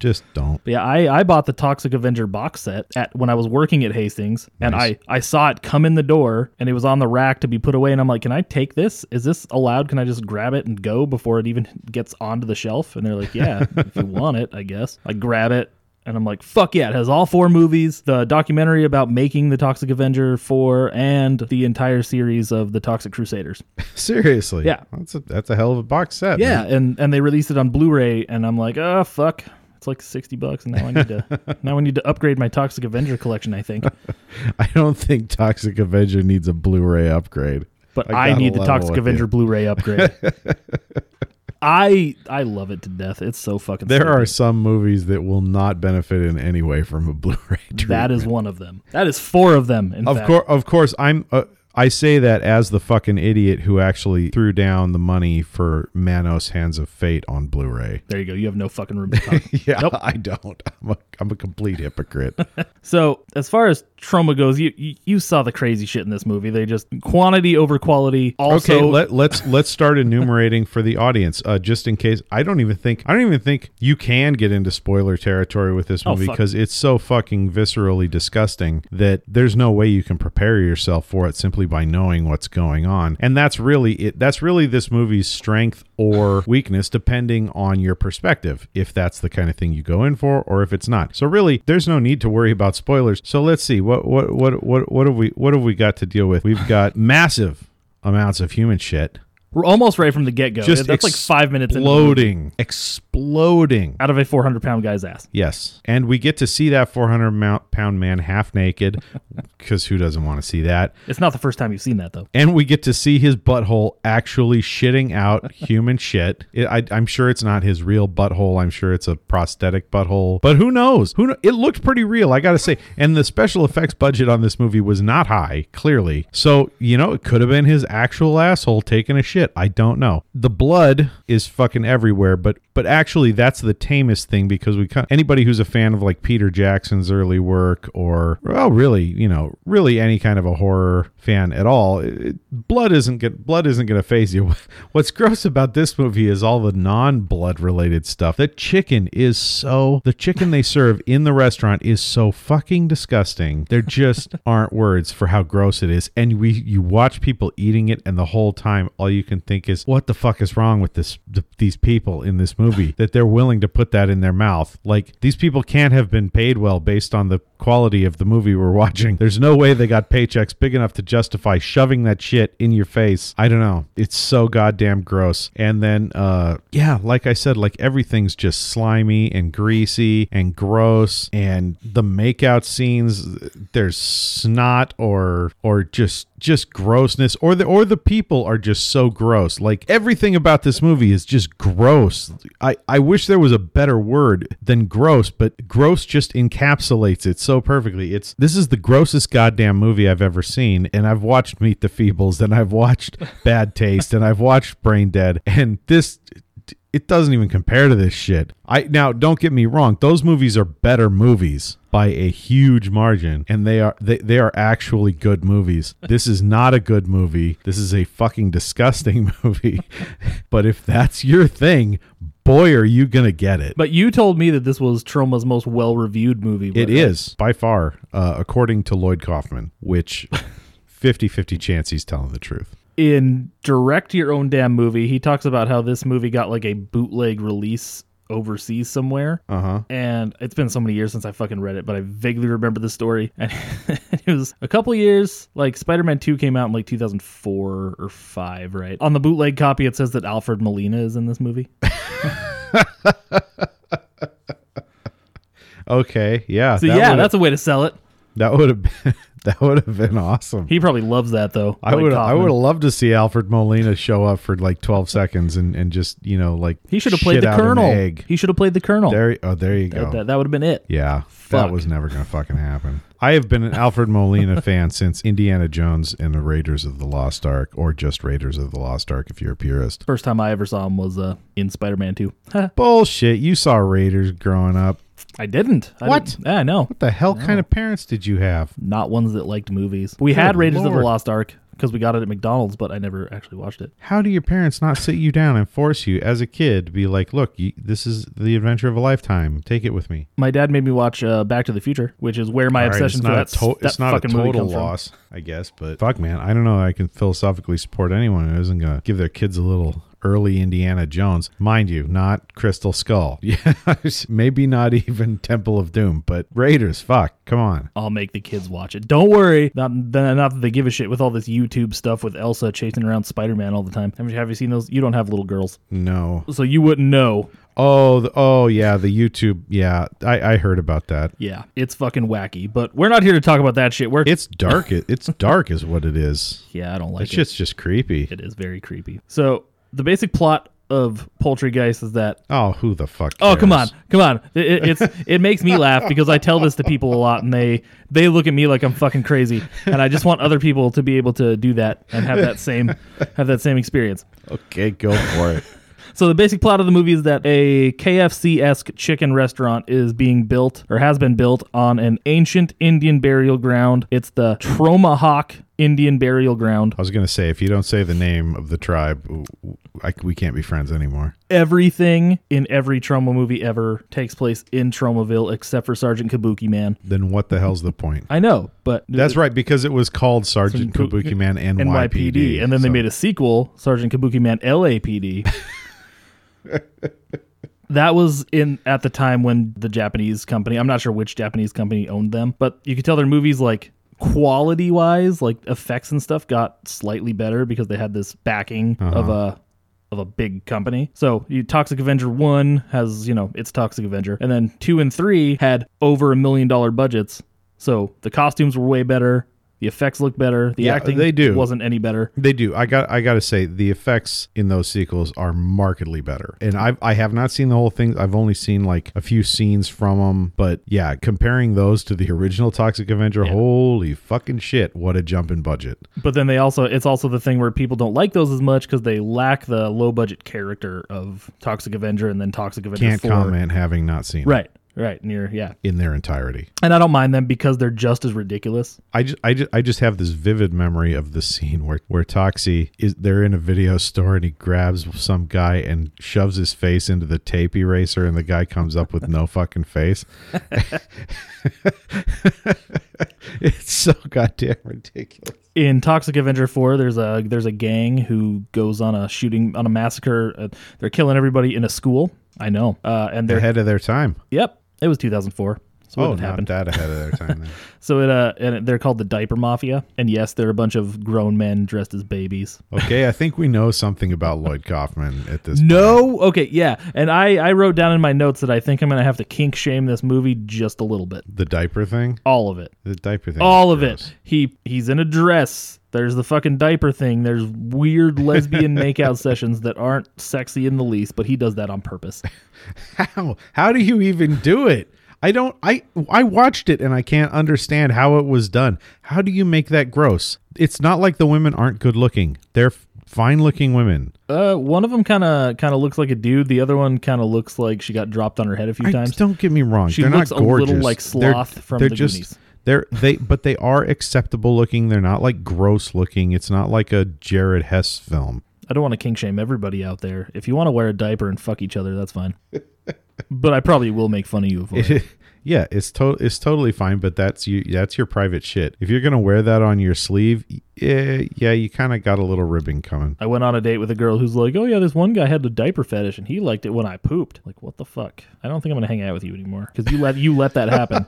[SPEAKER 2] just don't.
[SPEAKER 3] But yeah, I, I bought the Toxic Avenger box set at when I was working at Hastings, and
[SPEAKER 2] Nice.
[SPEAKER 3] I, I saw it come in the door, and it was on the rack to be put away, and I'm like, can I take this? Is this allowed? Can I just grab it and go before it even gets onto the shelf? And they're like, yeah, if you want it, I guess. I grab it. And I'm like, fuck yeah, it has all four movies, the documentary about making the Toxic Avenger 4, and the entire series of the Toxic Crusaders.
[SPEAKER 2] Seriously.
[SPEAKER 3] Yeah.
[SPEAKER 2] That's a that's a hell of a box set.
[SPEAKER 3] Yeah,
[SPEAKER 2] man.
[SPEAKER 3] and and they released it on Blu-ray, and I'm like, oh fuck, it's like sixty bucks, and now I
[SPEAKER 2] (laughs)
[SPEAKER 3] need to now I need to upgrade my Toxic Avenger collection, I think.
[SPEAKER 2] (laughs) I don't think Toxic Avenger needs a Blu-ray upgrade.
[SPEAKER 3] But
[SPEAKER 2] I
[SPEAKER 3] I,
[SPEAKER 2] gotta
[SPEAKER 3] need the
[SPEAKER 2] level
[SPEAKER 3] Toxic
[SPEAKER 2] with you.
[SPEAKER 3] Avenger
[SPEAKER 2] (laughs)
[SPEAKER 3] Blu-ray upgrade. I I love it to death. It's so fucking.
[SPEAKER 2] There are
[SPEAKER 3] stupid.
[SPEAKER 2] some movies that will not benefit in any way from a Blu-ray. (laughs)
[SPEAKER 3] that is one of them. That is four of them. In
[SPEAKER 2] Of
[SPEAKER 3] fact.
[SPEAKER 2] course, of course, I'm. Uh, I say that as the fucking idiot who actually threw down the money for Manos Hands of Fate on Blu-ray.
[SPEAKER 3] There you go. You have no fucking room
[SPEAKER 2] (laughs)
[SPEAKER 3] to talk.
[SPEAKER 2] Yeah,
[SPEAKER 3] Nope.
[SPEAKER 2] I don't. I'm a, I'm a complete hypocrite.
[SPEAKER 3] So as far as trauma goes, you, you you saw the crazy shit in this movie. They just quantity over quality. (laughs) Also,
[SPEAKER 2] okay, let, let's let's start enumerating for the audience, uh, just in case. I don't even think I don't even think you can get into spoiler territory with this
[SPEAKER 3] Oh,
[SPEAKER 2] movie
[SPEAKER 3] fuck.
[SPEAKER 2] because it's so fucking viscerally disgusting that there's no way you can prepare yourself for it simply by knowing what's going on. And that's really it. That's really this movie's strength
[SPEAKER 3] (sighs)
[SPEAKER 2] or weakness, depending on your perspective. If that's the kind of thing you go in for, or if it's not. So really, there's no need to worry about spoilers. So let's see what what what what what have we what have we got to deal with? We've
[SPEAKER 3] (laughs)
[SPEAKER 2] got massive amounts of human shit.
[SPEAKER 3] we're almost right from the get go. That's
[SPEAKER 2] Just
[SPEAKER 3] like five minutes into the movie.
[SPEAKER 2] Exploding. Exploding.
[SPEAKER 3] out of a 400 pound guy's ass.
[SPEAKER 2] Yes. And we get to see that 400 mou- pound man half naked because who doesn't want to see that?
[SPEAKER 3] It's not the first time you've seen that though.
[SPEAKER 2] And we get to see his butthole actually shitting out human shit. It, I, I'm sure it's not his real butthole. I'm sure it's a prosthetic butthole. But who knows? Who kno- It looked pretty real, I got to say. And the special effects budget on this movie was not high, clearly. So, you know, it could have been his actual asshole taking a shit. I don't know. The blood is fucking everywhere, but but actually that's the tamest thing because we kind anybody who's a fan of like Peter Jackson's early work or well really, you know, really any kind of a horror fan at all, it- it- blood isn't get blood isn't going to phase you. (laughs) What's gross about this movie is all the non-blood related stuff. The chicken is so the chicken they serve in the restaurant is so fucking disgusting. There just aren't words for how gross it is. And we you watch people eating it and the whole time all you can think is what the fuck is wrong with this th- these people in this movie that they're willing to put that in their mouth. Like these people can't have been paid well based on the quality of the movie we're watching. There's no way they got paychecks big enough to justify shoving that shit in your face. I don't know. It's so goddamn gross. And then, uh, yeah, like I said, like everything's just slimy and greasy and gross. And the makeout scenes, there's snot or or just just grossness, or the or the people are just so gross. Like everything about this movie is just gross. I I wish there was a better word than gross, but gross just encapsulates it so perfectly. It's this is the grossest goddamn movie I've ever seen, and I've watched Meet the Feebles, and I've watched Bad Taste, and I've watched Brain Dead, and this it doesn't even compare to this shit. I now don't get me wrong; those movies are better movies by a huge margin, and they are they, they are actually good movies. This is not a good movie. This is a fucking disgusting (laughs) movie. but if that's your thing, boy, are you gonna get it.
[SPEAKER 3] But you told me that this was Troma's most well reviewed movie.
[SPEAKER 2] It is uh, by far, uh, according to Lloyd Kaufman,
[SPEAKER 3] (laughs)
[SPEAKER 2] which 50-50 chance he's telling the truth.
[SPEAKER 3] In Direct Your Own Damn Movie, he talks about how this movie got like a bootleg release overseas somewhere.
[SPEAKER 2] Uh huh.
[SPEAKER 3] And it's been so many years since I fucking read it, but I vaguely remember the story. (laughs) And it was a couple years, like Spider Man 2 came out in like 2004 or 5, right? On the bootleg copy, it says that Alfred Molina is in this movie.
[SPEAKER 2] (laughs) Okay. Yeah.
[SPEAKER 3] So,
[SPEAKER 2] that
[SPEAKER 3] yeah,
[SPEAKER 2] would've-
[SPEAKER 3] that's a way to sell it.
[SPEAKER 2] that would have been (laughs) That would have been awesome.
[SPEAKER 3] He probably loves that though.
[SPEAKER 2] I
[SPEAKER 3] like
[SPEAKER 2] would I
[SPEAKER 3] Kaufman.
[SPEAKER 2] would have loved to see Alfred Molina show up for like 12 seconds and, and just, you know, like
[SPEAKER 3] He should have played
[SPEAKER 2] shit
[SPEAKER 3] the
[SPEAKER 2] out an
[SPEAKER 3] colonel.
[SPEAKER 2] egg.
[SPEAKER 3] He should have played the colonel.
[SPEAKER 2] There oh there you go.
[SPEAKER 3] that, that, would have been it.
[SPEAKER 2] Yeah,
[SPEAKER 3] Fuck.
[SPEAKER 2] that was never going to fucking happen. I have been an Alfred
[SPEAKER 3] (laughs)
[SPEAKER 2] Molina fan since Indiana Jones and the Raiders of the Lost Ark, or just Raiders of the Lost Ark if you're a purist.
[SPEAKER 3] First time I ever saw him was uh, in Spider-Man (laughs) 2. Huh,
[SPEAKER 2] Bullshit. You saw Raiders growing up.
[SPEAKER 3] I didn't. I
[SPEAKER 2] What?
[SPEAKER 3] didn't- Yeah, no.
[SPEAKER 2] What the hell kind of parents did you have?
[SPEAKER 3] Not ones that liked movies. We had
[SPEAKER 2] Good
[SPEAKER 3] Raiders of the
[SPEAKER 2] Lord.
[SPEAKER 3] Lost Ark because we got it at McDonald's, but I never actually watched it.
[SPEAKER 2] How do your parents not sit you down and force you as a kid to be like, look, you, this is the adventure of a lifetime. Take it with me.
[SPEAKER 3] My dad made me watch uh, Back to the Future, which is where my
[SPEAKER 2] All right,
[SPEAKER 3] obsession
[SPEAKER 2] it's not
[SPEAKER 3] for
[SPEAKER 2] a
[SPEAKER 3] that,
[SPEAKER 2] to-
[SPEAKER 3] that
[SPEAKER 2] it's not a
[SPEAKER 3] fucking movie
[SPEAKER 2] total
[SPEAKER 3] comes from.
[SPEAKER 2] loss, I guess. But fuck, man, I don't know. that I can philosophically support anyone who isn't gonna give their kids a little early Indiana Jones, mind you, not Crystal Skull. (laughs) Yeah, maybe not even Temple of Doom, but Raiders. Fuck, come on.
[SPEAKER 3] I'll make the kids watch it. Don't worry. Not, th- not that they give a shit with all this YouTube stuff with Elsa chasing around Spider Man all the time. Have you, have you seen those? You don't have little girls.
[SPEAKER 2] No.
[SPEAKER 3] So you wouldn't know.
[SPEAKER 2] Oh, the, oh yeah, the YouTube. Yeah, I, I heard about that.
[SPEAKER 3] Yeah, it's fucking wacky. But we're not here to talk about that shit. We're.
[SPEAKER 2] It's dark. it,
[SPEAKER 3] (laughs)
[SPEAKER 2] it's dark, is what it is.
[SPEAKER 3] yeah, I don't like
[SPEAKER 2] That
[SPEAKER 3] it.
[SPEAKER 2] shit's just creepy.
[SPEAKER 3] It is very creepy. So the basic plot of Poultrygeist is that
[SPEAKER 2] Oh, who the fuck?
[SPEAKER 3] Oh come on,
[SPEAKER 2] cares?
[SPEAKER 3] come on! It, it, it's it makes me laugh because I tell this to people a lot, and they they look at me like I'm fucking crazy, and I just want other people to be able to do that and have that same have that same experience.
[SPEAKER 2] Okay, go for it.
[SPEAKER 3] So the basic plot of the movie is that a KFC esque chicken restaurant is being built or has been built on an ancient Indian burial ground. It's the Tromahawk Indian burial ground.
[SPEAKER 2] (laughs) I was gonna say if you don't say the name of the tribe, w- w- I, we can't be friends anymore.
[SPEAKER 3] Everything in every Troma movie ever takes place in Tromaville except for Sergeant Kabuki Man.
[SPEAKER 2] Then what the hell's the point?
[SPEAKER 3] I know, but
[SPEAKER 2] That's right, because it was called Sergeant
[SPEAKER 3] Kabu-
[SPEAKER 2] Kabuki Man NYPD,
[SPEAKER 3] NYPD, and then they
[SPEAKER 2] so-
[SPEAKER 3] made a sequel, Sergeant Kabuki
[SPEAKER 2] (laughs)
[SPEAKER 3] Man LAPD. that was in at the time when the Japanese company, I'm not sure which Japanese company owned them, but you could tell their movies like quality wise, like effects and stuff got slightly better because they had this backing of
[SPEAKER 2] Uh-huh.
[SPEAKER 3] a of a big company. So, you Toxic Avenger 1 has, you know, it's Toxic Avenger, and then 2 and 3 had over a million dollar budgets. So, the costumes were way better. The effects looked better. The
[SPEAKER 2] Yeah,
[SPEAKER 3] acting
[SPEAKER 2] they do.
[SPEAKER 3] wasn't any better.
[SPEAKER 2] They do. I got. I got to say, the effects in those sequels are markedly better. And I, I have not seen the whole thing. I've only seen like a few scenes from them. But yeah, comparing those to the original Toxic Avenger, holy fucking shit! What a jump in budget.
[SPEAKER 3] But then they also it's also the thing where people don't like those as much because they lack the low budget character of Toxic Avenger and then Toxic Avenger.
[SPEAKER 2] Can't
[SPEAKER 3] 4.
[SPEAKER 2] comment having not seen it
[SPEAKER 3] Right. Right. Near yeah.
[SPEAKER 2] in their entirety.
[SPEAKER 3] And I don't mind them because they're just as ridiculous.
[SPEAKER 2] I just, I just, I just have this vivid memory of the scene where where Toxie is they're in a video store and he grabs some guy and shoves his face into the tape eraser and the guy comes up with no fucking face. (laughs) it's so goddamn ridiculous.
[SPEAKER 3] In Toxic Avenger 4, there's a there's a gang who goes on a shooting on a massacre. Uh, they're killing everybody in a school. I know. Uh,
[SPEAKER 2] (laughs)
[SPEAKER 3] and they're
[SPEAKER 2] Ahead of their time.
[SPEAKER 3] yep. It was 2004. So
[SPEAKER 2] Oh, not
[SPEAKER 3] it happened.
[SPEAKER 2] that ahead of their time. Then.
[SPEAKER 3] So it uh, and they're called the Diaper Mafia. And yes, they're a bunch of grown men dressed as babies.
[SPEAKER 2] Okay, I think we know something about Lloyd Kaufman at this.
[SPEAKER 3] No. Okay. Yeah. And I I wrote down in my notes that I think I'm gonna have to kink shame this movie just a little bit.
[SPEAKER 2] The diaper thing.
[SPEAKER 3] All of it.
[SPEAKER 2] The diaper thing.
[SPEAKER 3] All
[SPEAKER 2] is
[SPEAKER 3] of
[SPEAKER 2] gross.
[SPEAKER 3] it. He he's in a dress. There's the fucking diaper thing. There's weird
[SPEAKER 2] (laughs)
[SPEAKER 3] lesbian makeout sessions that aren't sexy in the least, but he does that on purpose.
[SPEAKER 2] How? How do you even do it? I don't I I watched it and I can't understand how it was done. How do you make that gross? It's not like the women aren't good looking. They're fine looking women.
[SPEAKER 3] Uh, one of them kind of kind of looks like a dude. The other one kind of looks like she got dropped on her head a few
[SPEAKER 2] I,
[SPEAKER 3] times.
[SPEAKER 2] don't get me wrong.
[SPEAKER 3] She
[SPEAKER 2] they're
[SPEAKER 3] looks a
[SPEAKER 2] not
[SPEAKER 3] little
[SPEAKER 2] gorgeous.
[SPEAKER 3] like
[SPEAKER 2] They're-
[SPEAKER 3] Sloth from
[SPEAKER 2] they're
[SPEAKER 3] the
[SPEAKER 2] just,
[SPEAKER 3] Goonies.
[SPEAKER 2] They're they but they are acceptable looking. They're not like gross looking. It's not like a Jared Hess film.
[SPEAKER 3] I don't want to kink shame everybody out there. If you want to wear a diaper and fuck each other, that's fine. but I probably will make fun of you
[SPEAKER 2] (laughs)
[SPEAKER 3] for it.
[SPEAKER 2] yeah, it's to, it's totally fine, but that's you that's your private shit. If you're going to wear that on your sleeve, yeah, yeah, you kind of got a little ribbon coming.
[SPEAKER 3] I went on a date with a girl who's like, "Oh yeah, this one guy had a diaper fetish and he liked it when I pooped." Like, what the fuck? I don't think I'm gonna hang out with you anymore because you let you let that
[SPEAKER 2] (laughs)
[SPEAKER 3] happen.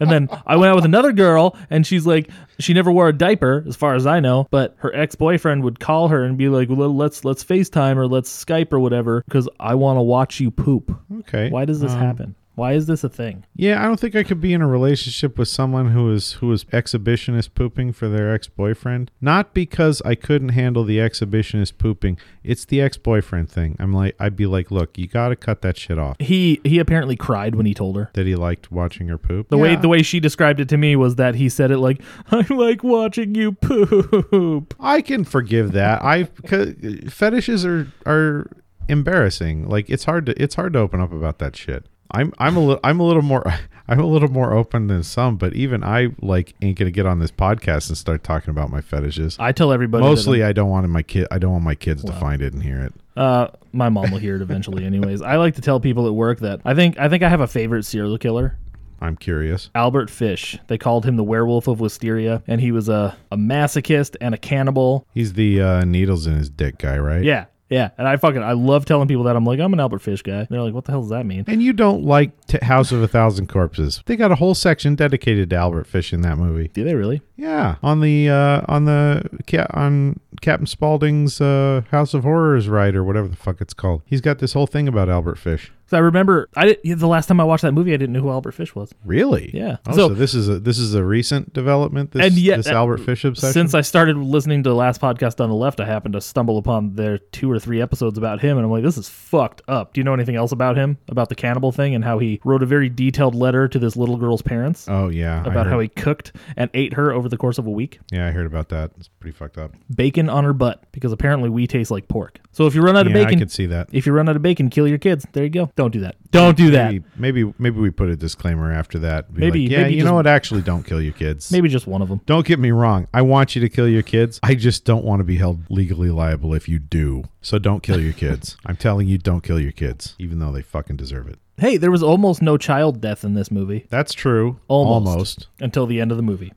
[SPEAKER 3] and then I went out with another girl and she's like, she never wore a diaper as far as I know, but her ex boyfriend would call her and be like, well, "Let's let's FaceTime or let's Skype or whatever because I want to watch you poop."
[SPEAKER 2] Okay.
[SPEAKER 3] Why does this
[SPEAKER 2] Um,
[SPEAKER 3] happen? Why is this a thing?
[SPEAKER 2] Yeah, I don't think I could be in a relationship with someone who is who is exhibitionist pooping for their ex-boyfriend. Not because I couldn't handle the exhibitionist pooping. It's the ex-boyfriend thing. I'm like I'd be like, "Look, you got to cut that shit off."
[SPEAKER 3] He he apparently cried when he told her.
[SPEAKER 2] That he liked watching her poop.
[SPEAKER 3] The way
[SPEAKER 2] Yeah.
[SPEAKER 3] the way she described it to me was that he said it like, "I like watching you poop."
[SPEAKER 2] I can forgive that. I 'cause fetishes are are embarrassing. Like it's hard to it's hard to open up about that shit. I'm I'm a little I'm a little more (laughs) I'm a little more open than some, but even I like ain't gonna get on this podcast and start talking about my fetishes.
[SPEAKER 3] I tell everybody that
[SPEAKER 2] Mostly, I don't want my kid. I don't want my kids to find it and hear it.
[SPEAKER 3] Uh, my mom will hear it eventually, anyways. I like to tell people at work that I think I think I have a favorite serial killer,
[SPEAKER 2] I'm curious.
[SPEAKER 3] Albert Fish. They called him the Werewolf of Wisteria, and he was a, a masochist and a cannibal.
[SPEAKER 2] He's the uh, needles in his dick guy, right?
[SPEAKER 3] Yeah, yeah. And I fucking I love telling people that I'm like I'm an Albert Fish guy. They're like, what the hell does that mean?
[SPEAKER 2] And you don't like t- House of a Thousand Corpses? They got a whole section dedicated to Albert Fish in that movie.
[SPEAKER 3] Do they really?
[SPEAKER 2] Yeah, on the uh, on the ca- on Captain Spaulding's uh, House of Horrors ride or whatever the fuck it's called. He's got this whole thing about Albert Fish.
[SPEAKER 3] So I remember I did, yeah, the last time I watched that movie, I didn't know who Albert Fish was.
[SPEAKER 2] Really?
[SPEAKER 3] Yeah.
[SPEAKER 2] Oh, so,
[SPEAKER 3] So-
[SPEAKER 2] this is a this is a recent development. This,
[SPEAKER 3] And yet-
[SPEAKER 2] this Albert Fish obsession.
[SPEAKER 3] Since I started listening to the last podcast on the left, I happened to stumble upon their two or three episodes about him, and I'm like, this is fucked up. Do you know anything else about him? About the cannibal thing and how he wrote a very detailed letter to this little girl's parents
[SPEAKER 2] oh yeah. I
[SPEAKER 3] about how
[SPEAKER 2] heard-
[SPEAKER 3] he cooked and ate her over the course of a week?
[SPEAKER 2] yeah, I heard about that. It's pretty fucked up.
[SPEAKER 3] Bacon on her butt, because apparently we taste like pork. So if you run out of
[SPEAKER 2] yeah, I
[SPEAKER 3] bacon,
[SPEAKER 2] could see that.
[SPEAKER 3] if you run out of bacon, kill your kids. There you go. Don't do that. Don't do that.
[SPEAKER 2] Maybe, maybe maybe we put a disclaimer after that. Be
[SPEAKER 3] Maybe-
[SPEAKER 2] like, yeah,
[SPEAKER 3] maybe
[SPEAKER 2] you
[SPEAKER 3] just-
[SPEAKER 2] know what? Actually, don't kill your kids.
[SPEAKER 3] Maybe just one of them.
[SPEAKER 2] Don't get me wrong. I want you to kill your kids. I just don't want to be held legally liable if you do. So don't kill your
[SPEAKER 3] (laughs)
[SPEAKER 2] kids. I'm telling you, don't kill your kids, even though they fucking deserve it.
[SPEAKER 3] Hey, there was almost no child death in this movie
[SPEAKER 2] That's true.
[SPEAKER 3] Almost. until the end of the movie.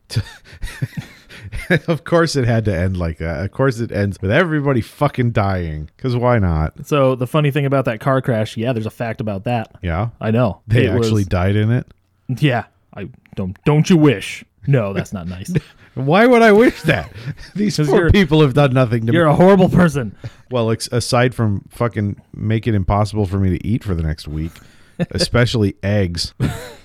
[SPEAKER 2] Almost. (laughs) of course, it had to end like that. Of course, it ends with everybody fucking dying. Because why not?
[SPEAKER 3] So the funny thing about that car crash, yeah, there's a fact about that.
[SPEAKER 2] Yeah.
[SPEAKER 3] I know.
[SPEAKER 2] They
[SPEAKER 3] Uh, It
[SPEAKER 2] actually died in it.
[SPEAKER 3] was, Yeah. I don't don't you wish. No, that's
[SPEAKER 2] (laughs)
[SPEAKER 3] not nice.
[SPEAKER 2] Why would I wish that? (laughs) These
[SPEAKER 3] (laughs) 'Cause
[SPEAKER 2] poor
[SPEAKER 3] you're-
[SPEAKER 2] people have done nothing to me.
[SPEAKER 3] You're a horrible person. (laughs)
[SPEAKER 2] Well, ex- aside from fucking make it impossible for me to eat for the next
[SPEAKER 3] (laughs)
[SPEAKER 2] week, especially eggs.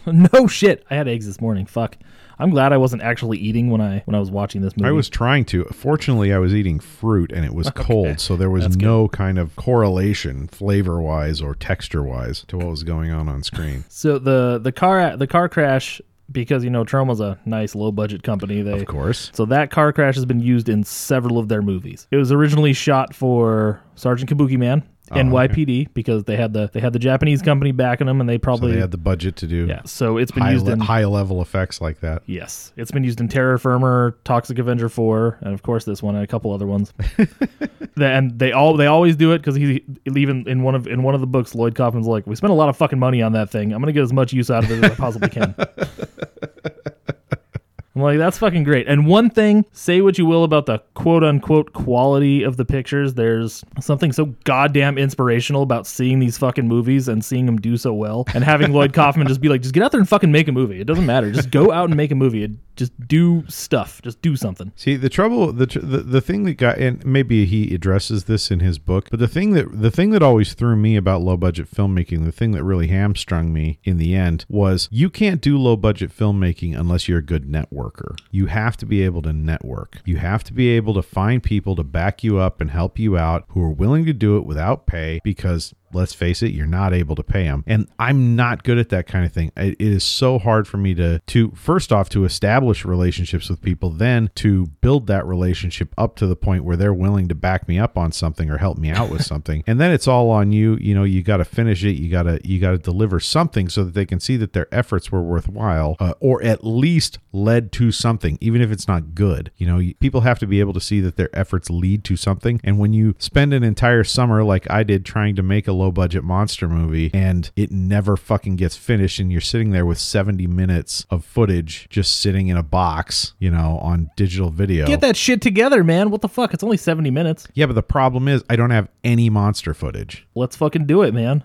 [SPEAKER 3] No shit. I had eggs this morning. Fuck. I'm glad I wasn't actually eating when I when I was watching this movie.
[SPEAKER 2] I was trying to. Fortunately, I was eating fruit and it was cold, so there was no kind of correlation flavor wise or texture wise to what was going on on screen.
[SPEAKER 3] so the the car the car crash because you know Troma's a nice low budget company. They
[SPEAKER 2] Of course.
[SPEAKER 3] So that car crash has been used in several of their movies. It was originally shot for Sergeant Kabuki Man.
[SPEAKER 2] Oh,
[SPEAKER 3] NYPD because they had the they had the Japanese company backing them and they
[SPEAKER 2] So
[SPEAKER 3] probably
[SPEAKER 2] they had the budget to do
[SPEAKER 3] yeah so it's been
[SPEAKER 2] high,
[SPEAKER 3] used
[SPEAKER 2] le-
[SPEAKER 3] in
[SPEAKER 2] high level effects like that.
[SPEAKER 3] Yes, it's been used in Terror Firmer, Toxic Avenger Four, and of course this one and a couple other ones. The- and they all they always do it because he even in one of in one of the books, Lloyd Kaufman's like, "We spent a lot of fucking money on that thing. I'm gonna get as much use out of it as I possibly can." I'm like, that's fucking great. And one thing, say what you will about the quote unquote quality of the pictures, there's something so goddamn inspirational about seeing these fucking movies and seeing them do so well and having (laughs) Lloyd Kaufman just be like, just get out there and fucking make a movie. It doesn't matter. Just go out and make a movie. It- Just do stuff. Just do something.
[SPEAKER 2] See the trouble, the, tr- the the thing that got, and maybe he addresses this in his book, but the thing that the thing that always threw me about low budget filmmaking, the thing that really hamstrung me in the end was you can't do low budget filmmaking unless you're a good networker. You have to be able to network. You have to be able to find people to back you up and help you out who are willing to do it without pay because let's face it you're not able to pay them and i'm not good at that kind of thing it, it is so hard for me to to first off to establish relationships with people then to build that relationship up to the point where they're willing to back me up on something or help me out with something and then it's all on you you know you got to finish it you got to you got to deliver something so that they can see that their efforts were worthwhile uh, or at least led to something even if it's not good you know you- people have to be able to see that their efforts lead to something and when you spend an entire summer like i did trying to make a low budget monster movie and it never fucking gets finished and you're sitting there with 70 minutes of footage just sitting in a box you know on digital video
[SPEAKER 3] Get that shit together, man. What the fuck? It's only 70 minutes.
[SPEAKER 2] yeah but the problem is i don't have any monster footage
[SPEAKER 3] Let's fucking do it, (clears throat) man.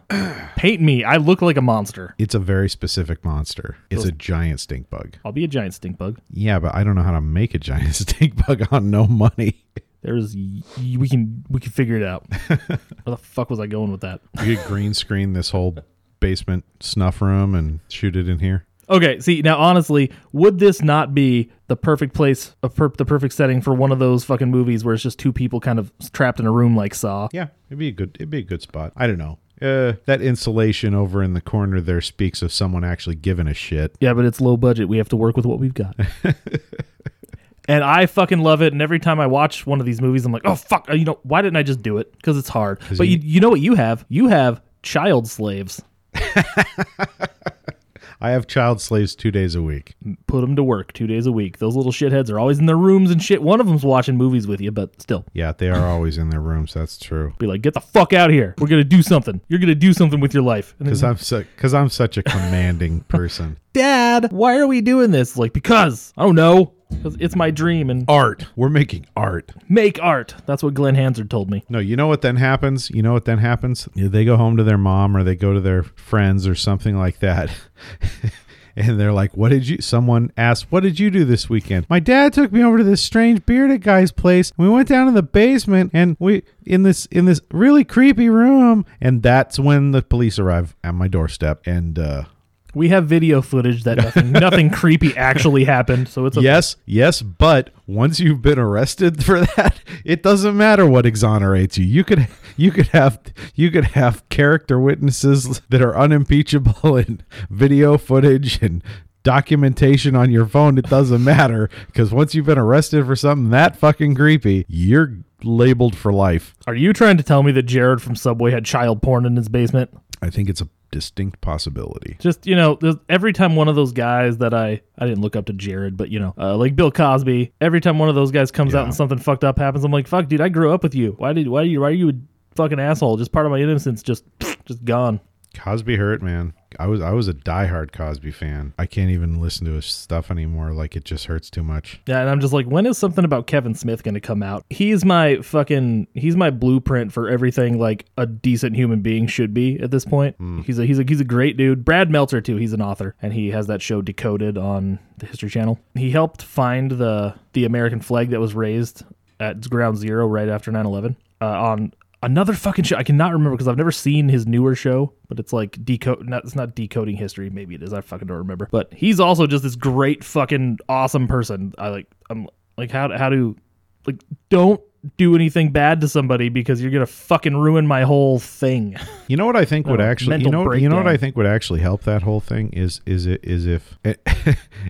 [SPEAKER 3] Paint me. I look like a monster.
[SPEAKER 2] it's a very specific monster it's a giant stink bug
[SPEAKER 3] I'll be a giant stink bug.
[SPEAKER 2] Yeah, but I don't know how to make a giant (laughs) stink bug on no money.
[SPEAKER 3] There's y- y- (laughs) we can we can figure it out. Where the fuck was I going with that?
[SPEAKER 2] You could green screen this whole basement snuff room and shoot it in here.
[SPEAKER 3] Okay, see now honestly, would this not be the perfect place, a per- the perfect setting for one of those fucking movies where it's just two people kind of trapped in a room like Saw?
[SPEAKER 2] Yeah, it'd be a good it'd be a good spot. I don't know. Uh, that insulation over in the corner there speaks of someone actually giving a shit.
[SPEAKER 3] Yeah, but it's low budget. We have to work with what we've got. and I fucking love it. And every time I watch one of these movies, I'm like, oh fuck, you know, why didn't I just do it? Because it's hard. But you,
[SPEAKER 2] you-
[SPEAKER 3] you know what you have? You have child slaves.
[SPEAKER 2] I have child slaves two days a week.
[SPEAKER 3] Put them to work two days a week. Those little shitheads are always in their rooms and shit. One of them's watching movies with you, but still.
[SPEAKER 2] Yeah, they are always in their rooms. That's true.
[SPEAKER 3] Be like, get the fuck out of here. We're gonna do something. You're gonna do something with your life. And then
[SPEAKER 2] Because I'm su- cause I'm such a commanding person.
[SPEAKER 3] Dad, why are we doing this? Like, because I don't know. 'Cause It's my dream and
[SPEAKER 2] Art. We're making art.
[SPEAKER 3] make art. That's what Glenn Hansard told me.
[SPEAKER 2] No, you know what then happens? You know what then happens? Yeah, They go home to their mom or they go to their friends or something like that. (laughs) and they're like, What did you? Someone asked, What did you do this weekend? My dad took me over to this strange bearded guy's place. We went down to the basement and we. In this in this really creepy room, and that's when the police arrive at my doorstep. And uh,
[SPEAKER 3] We have video footage that nothing, nothing creepy actually happened.
[SPEAKER 2] (laughs)
[SPEAKER 3] So it's a
[SPEAKER 2] yes, yes, but once you've been arrested (laughs) for that, it doesn't matter what exonerates you. You could you could have you could have character witnesses (laughs) that are unimpeachable and video footage and documentation on your phone. It doesn't matter because once you've been arrested for something that fucking creepy, you're labeled for life.
[SPEAKER 3] Are you trying to tell me that Jared from Subway had child porn in his basement?
[SPEAKER 2] I think it's a distinct possibility.
[SPEAKER 3] Just you know, there's- every time one of those guys that I I didn't look up to Jared, but you know, uh, like Bill Cosby. Every time one of those guys comes out and something fucked up happens, I'm like, fuck, dude, I grew up with you. Why did why you why are you a fucking asshole? Just part of my innocence, just just gone.
[SPEAKER 2] Cosby hurt, man. I was I was a diehard Cosby fan. I can't even listen to his stuff anymore. Like it just hurts too much.
[SPEAKER 3] Yeah, and I'm just like, when is something about Kevin Smith going to come out? He's my fucking, he's my blueprint for everything like a decent human being should be at this point. He's a he's a he's a great dude. Brad Meltzer too. He's an author, and he has that show Decoded on the History Channel. He helped find the the American flag that was raised at Ground Zero right after 9/11 uh, on another fucking show. I cannot remember because I've never seen his newer show, but it's like decode. Not, it's not decoding history. Maybe it is. I fucking don't remember. But he's also just this great fucking awesome person. I like. I'm like how how do like don't do anything bad to somebody because you're gonna fucking ruin my whole thing. (laughs)
[SPEAKER 2] You know what I think would actually you
[SPEAKER 3] Uh, mental
[SPEAKER 2] know you know what
[SPEAKER 3] breakdown.
[SPEAKER 2] I think would actually help that whole thing is is it is if (laughs)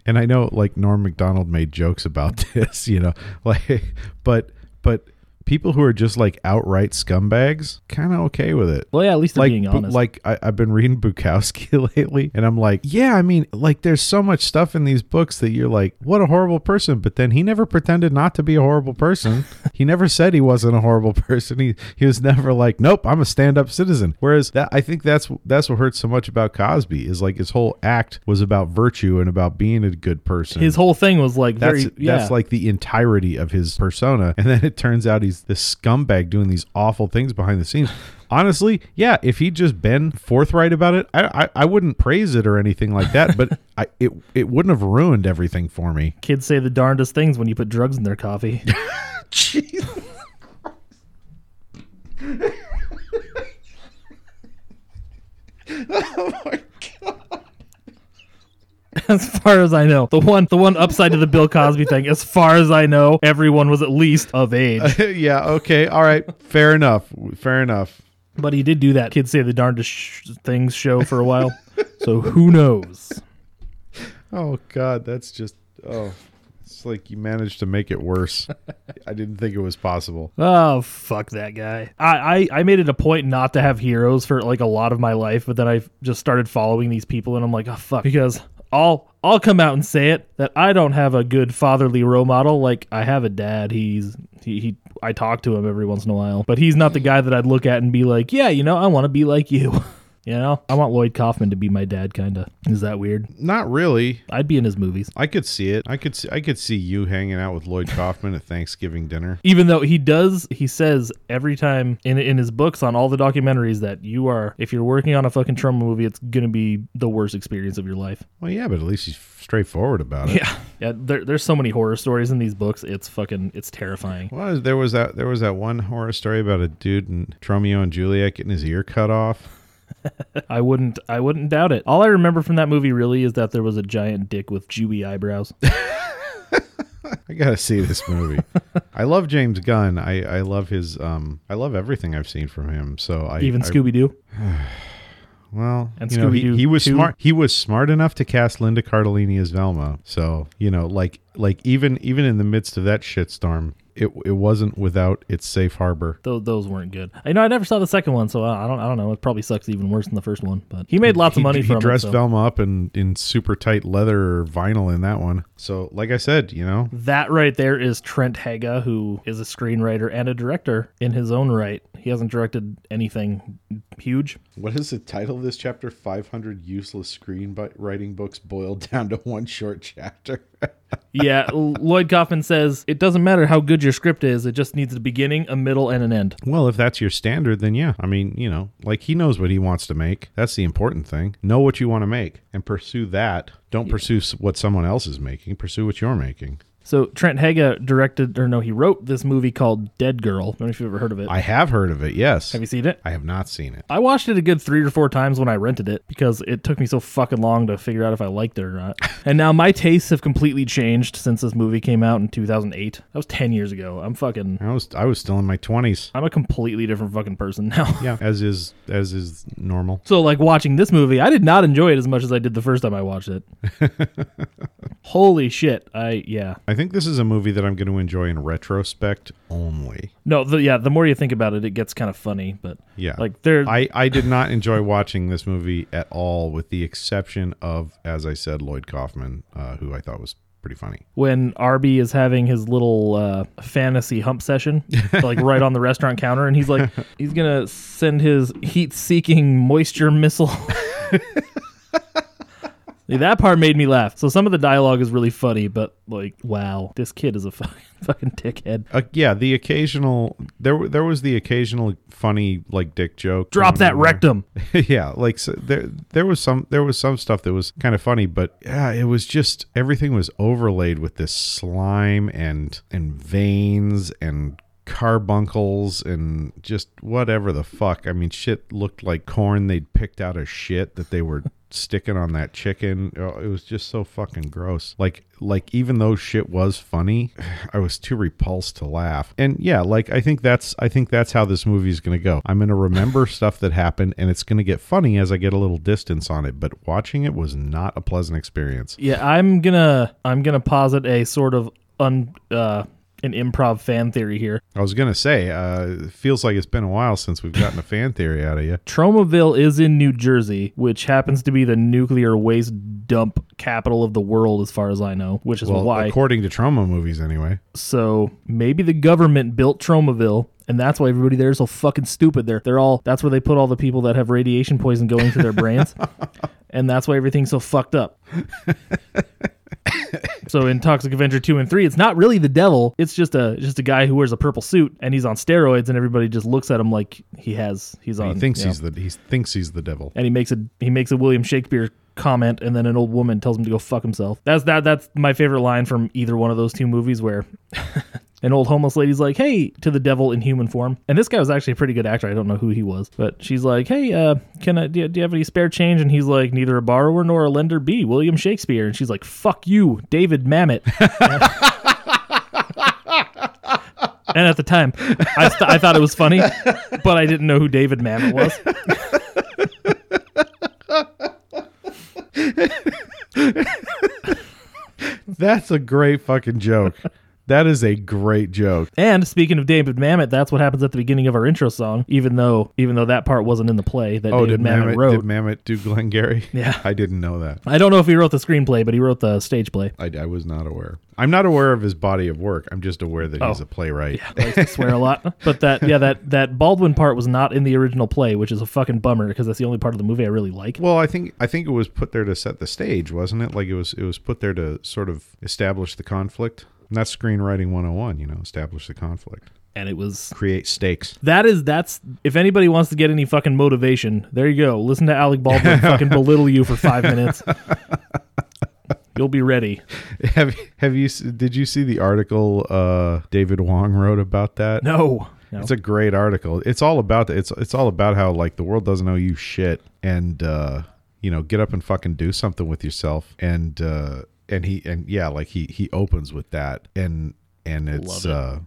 [SPEAKER 2] and I know like Norm Macdonald made jokes about (laughs) this, you know, like but but people who are just like outright scumbags kind of okay with it.
[SPEAKER 3] well, yeah, at least they're
[SPEAKER 2] Like,
[SPEAKER 3] being
[SPEAKER 2] bu-
[SPEAKER 3] honest.
[SPEAKER 2] like I, I've been reading Bukowski (laughs) lately, and I'm like, yeah, I mean, like, there's so much stuff in these books that you're like, what a horrible person. But then he never pretended not to be a horrible
[SPEAKER 3] (laughs)
[SPEAKER 2] person. he never said he wasn't a horrible (laughs) person. He he was never like, nope, I'm a stand-up citizen. Whereas that, I think that's that's what hurts so much about Cosby is like his whole act was about virtue and about being a good person.
[SPEAKER 3] his whole thing was like
[SPEAKER 2] That's
[SPEAKER 3] very yeah.
[SPEAKER 2] that's like the entirety of his persona, and then it turns out he's this scumbag doing these awful things behind the (sighs) scenes. Honestly, yeah, if he'd just been forthright about it, I I, I wouldn't praise it or anything like that, (laughs) but I it it wouldn't have ruined everything for me.
[SPEAKER 3] Kids say the darndest things when you put drugs in their coffee. (laughs) as far as I know, the one the one upside to the Bill Cosby thing, as far as I know, everyone was at least of age.
[SPEAKER 2] (laughs) yeah, okay, all right, fair enough, fair enough.
[SPEAKER 3] But he did do that. Kids say the darndest sh- things show for a while. So who knows?
[SPEAKER 2] Oh God, that's just oh. It's like you managed to make it worse. (laughs) I didn't think it was possible.
[SPEAKER 3] Oh fuck that guy! I, I I made it a point not to have heroes for like a lot of my life, but then I just started following these people, and I'm like, oh fuck, because I'll I'll come out and say it that I don't have a good fatherly role model. Like I have a dad. He's he, he I talk to him every once in a while, but he's not the guy that I'd look at and be like, yeah, you know, I want to be like you. (laughs) You know, I want Lloyd Kaufman to be my dad, kinda. Is that weird?
[SPEAKER 2] Not really.
[SPEAKER 3] I'd be in his movies.
[SPEAKER 2] I could see it. I could see, I could see you hanging out with Lloyd Kaufman at Thanksgiving dinner.
[SPEAKER 3] even though he does he says every time in in his books on all the documentaries that you are if you're working on a fucking trauma movie it's gonna be the worst experience of your life
[SPEAKER 2] Well, yeah, but at least he's straightforward about it.
[SPEAKER 3] yeah yeah there, there's so many horror stories in these books it's fucking it's terrifying
[SPEAKER 2] Well, there was that there was that one horror story about a dude in Romeo and Juliet getting his ear cut off.
[SPEAKER 3] I wouldn't I wouldn't doubt it. All I remember from that movie really is that there was a giant dick with dewy
[SPEAKER 2] (laughs)
[SPEAKER 3] eyebrows.
[SPEAKER 2] I gotta see this
[SPEAKER 3] (laughs)
[SPEAKER 2] movie. I love James Gunn. I, I love his um I love everything I've seen from him. So I
[SPEAKER 3] Even
[SPEAKER 2] I-
[SPEAKER 3] Scooby Doo.
[SPEAKER 2] Well,
[SPEAKER 3] And
[SPEAKER 2] you know, he,
[SPEAKER 3] Scooby-Doo
[SPEAKER 2] he was
[SPEAKER 3] 2.
[SPEAKER 2] smart. He was smart enough to cast Linda Cardellini as Velma. So you know, like like even even in the midst of that shitstorm, it it wasn't without its safe harbor.
[SPEAKER 3] Those, those weren't good. I know I never saw the second one, so I I don't I don't know. It probably sucks even worse than the first one. But he made lots
[SPEAKER 2] he,
[SPEAKER 3] of money
[SPEAKER 2] he
[SPEAKER 3] from
[SPEAKER 2] dressed
[SPEAKER 3] it. so-
[SPEAKER 2] Velma up in in super tight leather or vinyl in that one. So like I said, you know,
[SPEAKER 3] That right there is Trent Haga, who is a screenwriter and a director in his own right. He hasn't directed anything huge.
[SPEAKER 2] (laughs) what is the title of this chapter? Five hundred useless screenwriting books boiled (laughs) down to one short chapter.
[SPEAKER 3] Yeah, L- Lloyd Kaufman says it doesn't matter how good your script is; it just needs a beginning, a middle, and an end.
[SPEAKER 2] Well, if that's your standard, then yeah. I mean, you know, like he knows what he wants to make. That's the important thing. Know what you want to make and pursue that. Don't pursue s- what someone else is making. Pursue what you're making.
[SPEAKER 3] So Trent Haga directed, or no, he wrote this movie called Dead Girl. I don't know if you've ever heard of it.
[SPEAKER 2] I have heard of it. Yes.
[SPEAKER 3] Have you seen it?
[SPEAKER 2] I have not seen it.
[SPEAKER 3] I watched it a good three or four times when I rented it because it took me so fucking long to figure out if I liked it or not. and now my tastes have completely changed since this movie came out in 2008. That was 10 years ago. I'm fucking.
[SPEAKER 2] I was I was still in my 20s.
[SPEAKER 3] I'm a completely different fucking person now. (laughs)
[SPEAKER 2] Yeah, as is as is normal.
[SPEAKER 3] So like watching this movie, I did not enjoy it as much as I did the first time I watched it. Holy shit. I yeah.
[SPEAKER 2] I think this is a movie that I'm going to enjoy in retrospect only.
[SPEAKER 3] No, the, yeah, the more you think about it, it gets kind of funny, but
[SPEAKER 2] Yeah.
[SPEAKER 3] Like there
[SPEAKER 2] I, I did not enjoy watching this movie at all, with the exception of, as I said, Lloyd Kaufman, uh, who I thought was pretty funny.
[SPEAKER 3] when Arby is having his little uh, fantasy hump session, like right on the restaurant counter, and he's like, he's gonna send his heat-seeking moisture missile. Yeah, that part made me laugh. So some of the dialogue is really funny, but like, wow, this kid is a (laughs) fucking fucking dickhead.
[SPEAKER 2] Uh, yeah, the occasional there there was the occasional funny like dick joke.
[SPEAKER 3] Drop
[SPEAKER 2] thrown
[SPEAKER 3] that
[SPEAKER 2] in there.
[SPEAKER 3] rectum.
[SPEAKER 2] (laughs) yeah, like so there there was some there was some stuff that was kind of funny, but yeah, it was just everything was overlaid with this slime and and veins and carbuncles and just whatever the fuck. I mean, shit looked like corn they'd picked out of shit that they were sticking on that chicken. Oh, It was just so fucking gross. Like like even though shit was funny, (sighs) I was too repulsed to laugh. And yeah, like I think that's I think that's how this movie is going to go. I'm going to remember stuff that happened and it's going to get funny as I get a little distance on it, but watching it was not a pleasant experience.
[SPEAKER 3] Yeah, I'm gonna I'm gonna posit a sort of un uh, an improv fan theory here.
[SPEAKER 2] I was going to say, uh it feels like it's been a while since we've gotten a fan theory out of you.
[SPEAKER 3] Tromaville is in New Jersey, which happens to be the nuclear waste dump capital of the world, as far as I know, which is
[SPEAKER 2] Well,
[SPEAKER 3] why.
[SPEAKER 2] according to trauma movies anyway.
[SPEAKER 3] so maybe the government built Tromaville. And that's why everybody there is so fucking stupid. They're, they're all, that's where they put all the people that have radiation poison going to their brains.
[SPEAKER 2] (laughs)
[SPEAKER 3] And that's why everything's so fucked up. so in Toxic Avenger 2 and 3, it's not really the devil. It's just a just a guy who wears a purple suit and he's on steroids and everybody just looks at him like he has, he's on.
[SPEAKER 2] He Uh, thinks
[SPEAKER 3] you know,
[SPEAKER 2] he's the he thinks he's the devil.
[SPEAKER 3] and he makes a he makes a William Shakespeare comment, and then an old woman tells him to go fuck himself. That's that that's my favorite line from either one of those two movies, where (laughs) an old homeless lady's like, "Hey," to the devil in human form, and this guy was actually a pretty good actor. I don't know who he was, but she's like, "Hey, uh, can I do you, do you have any spare change?" And he's like, "Neither a borrower nor a lender be William Shakespeare," and she's like, "Fuck you, David Mamet." (laughs) And at the time, I, th- I thought it was funny, but I didn't know who David Mamet was.
[SPEAKER 2] That's a great fucking joke. that is a great joke.
[SPEAKER 3] And speaking of David Mamet, that's what happens at the beginning of our intro song, even though even though that part wasn't in the play that
[SPEAKER 2] Oh, did
[SPEAKER 3] David Mamet,
[SPEAKER 2] Mamet,
[SPEAKER 3] wrote.
[SPEAKER 2] did Mamet do Glengarry?
[SPEAKER 3] (laughs) Yeah.
[SPEAKER 2] I didn't know that.
[SPEAKER 3] I don't know if he wrote the screenplay, but he wrote the stage play.
[SPEAKER 2] I, I was not aware. I'm not aware of his body of work. I'm just aware that he's
[SPEAKER 3] Oh.
[SPEAKER 2] a
[SPEAKER 3] (laughs)
[SPEAKER 2] playwright.
[SPEAKER 3] I like to swear
[SPEAKER 2] (laughs)
[SPEAKER 3] a lot. But that yeah, that that Baldwin part was not in the original play, which is a fucking bummer because that's the only part of the movie I really like.
[SPEAKER 2] Well, I think I think it was put there to set the stage, wasn't it? Like it was it was put there to sort of establish the conflict. And that's screenwriting 101, you know, establish the conflict,
[SPEAKER 3] And it was
[SPEAKER 2] create stakes. (laughs)
[SPEAKER 3] that is that's if anybody wants to get any fucking motivation, there you go. Listen to Alec
[SPEAKER 2] (laughs)
[SPEAKER 3] Baldwin fucking belittle you for five minutes. You'll be ready.
[SPEAKER 2] Have have you s- did you see the article uh David Wong wrote about that?
[SPEAKER 3] No. No.
[SPEAKER 2] It's a great article. It's all about it's it's all about how like the world doesn't owe you shit, and uh, you know, get up and fucking do something with yourself. And uh, and he and yeah, like he he opens with that, and and it's uh,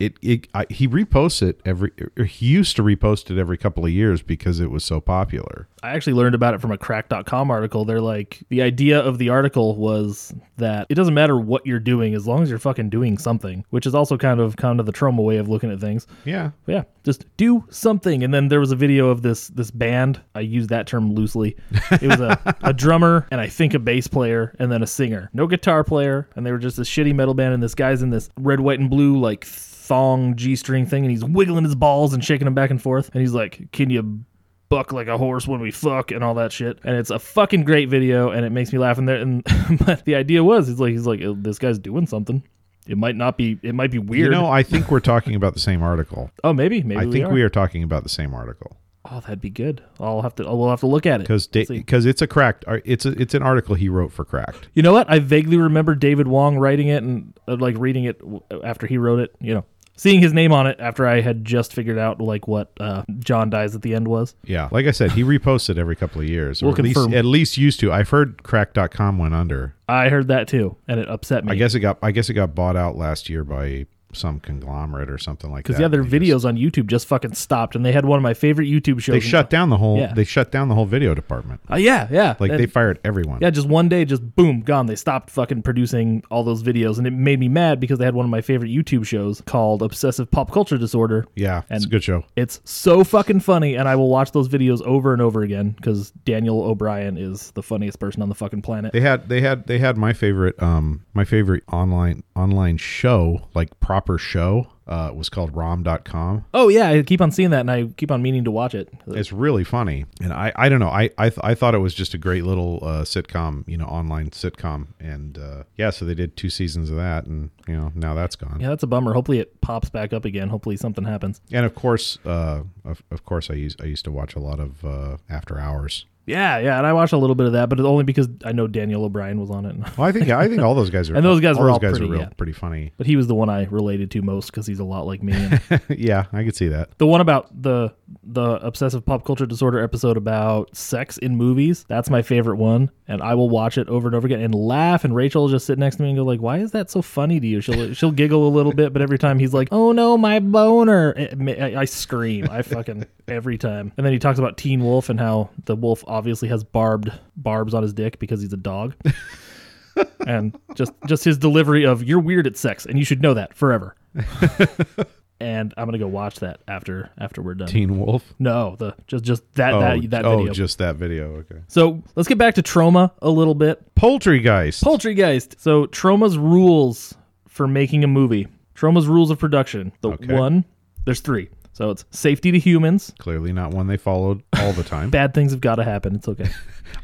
[SPEAKER 2] it it I, he reposts it every. Or he used to repost it every couple of years because it was so popular.
[SPEAKER 3] I actually learned about it from a crack.com article. They're like, the idea of the article was that it doesn't matter what you're doing as long as you're fucking doing something, which is also kind of kind of the trauma way of looking at things.
[SPEAKER 2] Yeah,
[SPEAKER 3] But yeah, just do something. And then there was a video of this this band. I use that term loosely. It
[SPEAKER 2] (laughs)
[SPEAKER 3] was a, a drummer and I think a bass player and then a singer. No guitar player, and they were just a shitty metal band. And this guy's in this red, white, and blue like thong G string thing, and he's wiggling his balls and shaking them back and forth. And he's like, "Can you?" Buck like a horse when we fuck and all that shit, and it's a fucking great video, and it makes me laugh. And there, and (laughs) but the idea was, he's like, he's like, "Oh, this guy's doing something. It might not be, it might be
[SPEAKER 2] you
[SPEAKER 3] weird.
[SPEAKER 2] know, I think we're talking about the same
[SPEAKER 3] (laughs)
[SPEAKER 2] article.
[SPEAKER 3] oh, maybe, maybe
[SPEAKER 2] I
[SPEAKER 3] we
[SPEAKER 2] think
[SPEAKER 3] are.
[SPEAKER 2] we are talking about the same article.
[SPEAKER 3] Oh, that'd be good. I'll have to. We'll have to look at it.
[SPEAKER 2] because
[SPEAKER 3] see.
[SPEAKER 2] because it's a cracked ar- it's a, it's an article he wrote for cracked
[SPEAKER 3] You know what? I vaguely remember David Wong writing it and uh, like reading it w- after he wrote it. You know, seeing his name on it after I had just figured out like what uh, John dies at the end was.
[SPEAKER 2] yeah like i said he reposts it every couple of years or
[SPEAKER 3] We'll
[SPEAKER 2] at least,
[SPEAKER 3] confirm.
[SPEAKER 2] at least used to i've heard cracked.com went under
[SPEAKER 3] I heard that too, and it upset me.
[SPEAKER 2] i guess it got i guess it got bought out last year by some conglomerate or something like that
[SPEAKER 3] because yeah, their
[SPEAKER 2] And they just-
[SPEAKER 3] videos on YouTube just fucking stopped, and they had one of my favorite YouTube shows.
[SPEAKER 2] they
[SPEAKER 3] and-
[SPEAKER 2] shut down the whole
[SPEAKER 3] Yeah.
[SPEAKER 2] they shut down the whole video department
[SPEAKER 3] Uh, yeah, yeah.
[SPEAKER 2] like
[SPEAKER 3] And-
[SPEAKER 2] they fired everyone
[SPEAKER 3] Yeah, just one day, just boom, gone. They stopped fucking producing all those videos, and it made me mad because they had one of my favorite YouTube shows called Obsessive Pop Culture Disorder.
[SPEAKER 2] yeah it's a
[SPEAKER 3] And-
[SPEAKER 2] good show
[SPEAKER 3] It's so fucking funny, and I will watch those videos over and over again because Daniel O'Brien is the funniest person on the fucking planet.
[SPEAKER 2] They had they had they had my favorite um my favorite online online show like proper show uh was called rom.com
[SPEAKER 3] Oh yeah, I keep on seeing that, and I keep on meaning to watch it.
[SPEAKER 2] It's really funny, and I I don't know I I, th- I thought it was just a great little uh, sitcom, you know, online sitcom, and uh, yeah, so they did two seasons of that, and you know now that's gone,
[SPEAKER 3] Yeah, that's a bummer. Hopefully, it pops back up again. Hopefully, something happens.
[SPEAKER 2] and of course, uh, of, of course, I used I used to watch a lot of uh, After Hours.
[SPEAKER 3] Yeah, yeah, and I watched a little bit of that, but it's only because I know Daniel O'Brien was on it, (laughs)
[SPEAKER 2] Well, I think I think all those guys are
[SPEAKER 3] And those guys
[SPEAKER 2] all
[SPEAKER 3] were
[SPEAKER 2] those
[SPEAKER 3] all
[SPEAKER 2] guys
[SPEAKER 3] pretty,
[SPEAKER 2] are real
[SPEAKER 3] yeah.
[SPEAKER 2] pretty funny. (laughs)
[SPEAKER 3] but he was the one I related to most because he's a lot like me. And
[SPEAKER 2] yeah, I could see that.
[SPEAKER 3] the one about the the obsessive pop culture disorder episode about sex in movies that's my favorite one and i will watch it over and over again and laugh and rachel will just sit next to me and go like why is that so funny to you she'll she'll giggle a little bit but every time he's like oh no my boner it ma- i, I scream i fucking every time and then he talks about teen wolf and how the wolf obviously has barbed barbs on his dick because he's a dog and just just his delivery of you're weird at sex and you should know that forever (laughs) and i'm gonna go watch that after after we're done
[SPEAKER 2] Teen Wolf.
[SPEAKER 3] no, the just just that that that
[SPEAKER 2] oh,
[SPEAKER 3] video.
[SPEAKER 2] just that video. Okay.
[SPEAKER 3] so let's get back to trauma a little bit.
[SPEAKER 2] Poultrygeist.
[SPEAKER 3] Poultrygeist. So trauma's rules for making a movie. Trauma's rules of production. The
[SPEAKER 2] Okay.
[SPEAKER 3] one, there's three. So it's safety to humans.
[SPEAKER 2] Clearly not one they followed all the
[SPEAKER 3] (laughs)
[SPEAKER 2] time.
[SPEAKER 3] Bad things have got to happen.
[SPEAKER 2] (laughs)
[SPEAKER 3] It's okay.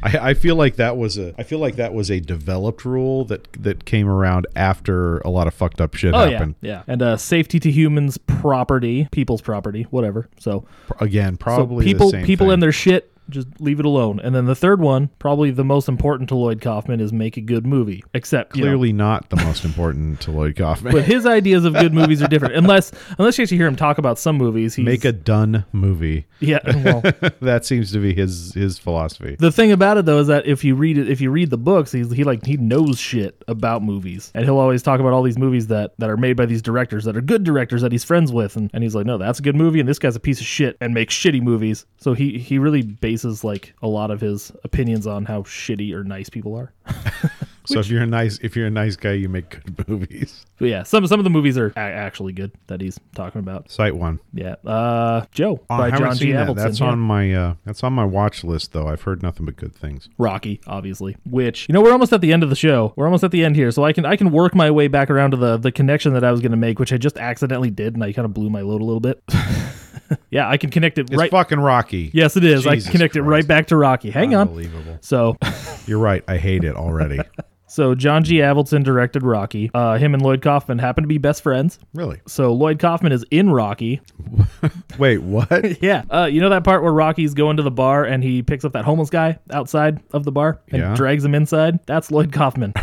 [SPEAKER 2] I, I feel like that was a I feel like that was a developed rule that that came around after a lot of fucked up shit
[SPEAKER 3] Oh
[SPEAKER 2] happened.
[SPEAKER 3] yeah, yeah. And uh, safety to humans, property, people's property, whatever. So
[SPEAKER 2] Again,
[SPEAKER 3] So
[SPEAKER 2] probably
[SPEAKER 3] people
[SPEAKER 2] the same
[SPEAKER 3] people
[SPEAKER 2] thing.
[SPEAKER 3] and their shit just leave it alone and then the third one probably the most important to lloyd kaufman is make a good movie except you know,
[SPEAKER 2] clearly not the most important to Lloyd
[SPEAKER 3] (laughs)
[SPEAKER 2] Kaufman.
[SPEAKER 3] but his ideas of good movies are different. Unless unless you actually hear him talk about some movies,
[SPEAKER 2] (laughs)
[SPEAKER 3] he's
[SPEAKER 2] Make a done movie. (laughs)
[SPEAKER 3] yeah. Well,
[SPEAKER 2] that seems to be his his philosophy.
[SPEAKER 3] the thing about it though is that if you read it, if you read the books, he's he like he knows shit about movies, and he'll always talk about all these movies that that are made by these directors that are good directors that he's friends with, and, and he's like, no, that's a good movie, and this guy's a piece of shit and makes shitty movies. So he he really bases like a lot of his opinions on how shitty or nice people are. (laughs)
[SPEAKER 2] so if you're a nice if you're a nice guy, you make good (laughs) movies.
[SPEAKER 3] But yeah, some some of the movies are a- actually good that he's talking about.
[SPEAKER 2] Site one.
[SPEAKER 3] Yeah, uh, Joe
[SPEAKER 2] Oh, I
[SPEAKER 3] by
[SPEAKER 2] haven't
[SPEAKER 3] John G.
[SPEAKER 2] seen that.
[SPEAKER 3] Avildsen.
[SPEAKER 2] That's
[SPEAKER 3] yeah.
[SPEAKER 2] on my uh, that's on my watch list though. I've heard nothing but good things.
[SPEAKER 3] Rocky, obviously. Which you know, we're almost at the end of the show. We're almost at the end here, so I can I can work my way back around to the the connection that I was going to make, which I just accidentally did, and I kind of blew my load a
[SPEAKER 2] (laughs)
[SPEAKER 3] little bit. yeah, I can connect it
[SPEAKER 2] It's
[SPEAKER 3] right.
[SPEAKER 2] fucking Rocky.
[SPEAKER 3] yes, it is. I
[SPEAKER 2] Jesus
[SPEAKER 3] can connect it right
[SPEAKER 2] Christ.
[SPEAKER 3] back to Rocky. Hang on.
[SPEAKER 2] Unbelievable.
[SPEAKER 3] So,
[SPEAKER 2] You're right. I hate it
[SPEAKER 3] (laughs)
[SPEAKER 2] already.
[SPEAKER 3] so John G. Avildsen directed Rocky. Uh, him and Lloyd Kaufman happen to be best friends.
[SPEAKER 2] really?
[SPEAKER 3] So Lloyd Kaufman is in Rocky.
[SPEAKER 2] Wait,
[SPEAKER 3] (laughs)
[SPEAKER 2] what?
[SPEAKER 3] Yeah. Uh, you know that part where Rocky's going to the bar and he picks up that homeless guy outside of the bar and
[SPEAKER 2] Yeah. (laughs)
[SPEAKER 3] drags him inside? That's Lloyd Kaufman.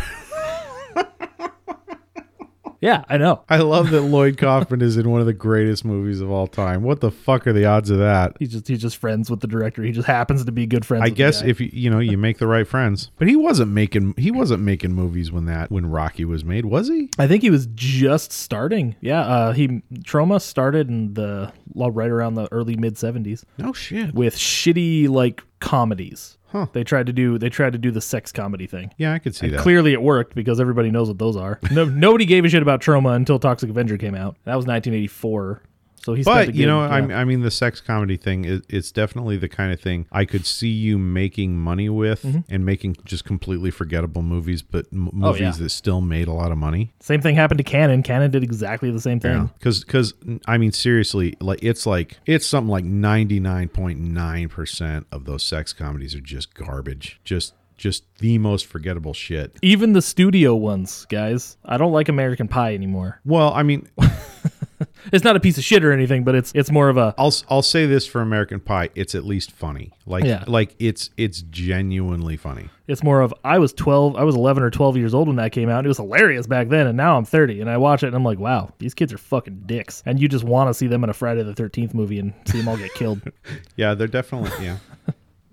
[SPEAKER 3] Yeah, I know.
[SPEAKER 2] I love that Lloyd Kaufman is in one of the greatest movies of all time. What the fuck are the odds of that?
[SPEAKER 3] He's just he's just friends with the director. He just happens to be good friends.
[SPEAKER 2] I
[SPEAKER 3] with the
[SPEAKER 2] guess
[SPEAKER 3] guy.
[SPEAKER 2] if you you know you make the right friends. But he wasn't making he wasn't making movies when that when Rocky was made, was he?
[SPEAKER 3] I think he was just starting. Yeah, uh, he trauma started in the well, right around the early mid '70s
[SPEAKER 2] No shit.
[SPEAKER 3] with shitty like comedies.
[SPEAKER 2] Huh.
[SPEAKER 3] They tried to do they tried to do the sex comedy thing.
[SPEAKER 2] Yeah, I could see that.
[SPEAKER 3] Clearly, it worked because everybody knows what those are.
[SPEAKER 2] (laughs)
[SPEAKER 3] No, nobody gave a shit about trauma until Toxic Avenger came out. That was 1984. So he. spent a
[SPEAKER 2] But you
[SPEAKER 3] good-
[SPEAKER 2] know,
[SPEAKER 3] yeah.
[SPEAKER 2] I'm- I mean, the sex comedy thing is it's definitely the kind of thing I could see you making money with and making just completely forgettable movies, but m- movies
[SPEAKER 3] yeah.
[SPEAKER 2] that still made a lot of money.
[SPEAKER 3] Same thing happened to Canon. Canon did exactly the same thing.
[SPEAKER 2] Because because I mean, seriously, like it's like it's something like ninety nine point nine percent of those sex comedies are just garbage. Just just the most forgettable shit.
[SPEAKER 3] Even the studio ones, guys. I don't like American Pie anymore.
[SPEAKER 2] Well, I mean,
[SPEAKER 3] It's not a piece of shit or anything, but it's it's more of a
[SPEAKER 2] I'll I'll say this for American Pie, it's at least funny. Like
[SPEAKER 3] Yeah.
[SPEAKER 2] like it's it's genuinely funny.
[SPEAKER 3] It's more of I was 12, I was 11 or 12 years old when that came out. and It was hilarious back then, and now I'm 30 and I watch it and I'm like, wow, these kids are fucking dicks. And you just want to see them in a Friday the 13th movie and see them all get
[SPEAKER 2] (laughs)
[SPEAKER 3] killed.
[SPEAKER 2] Yeah, they're definitely yeah.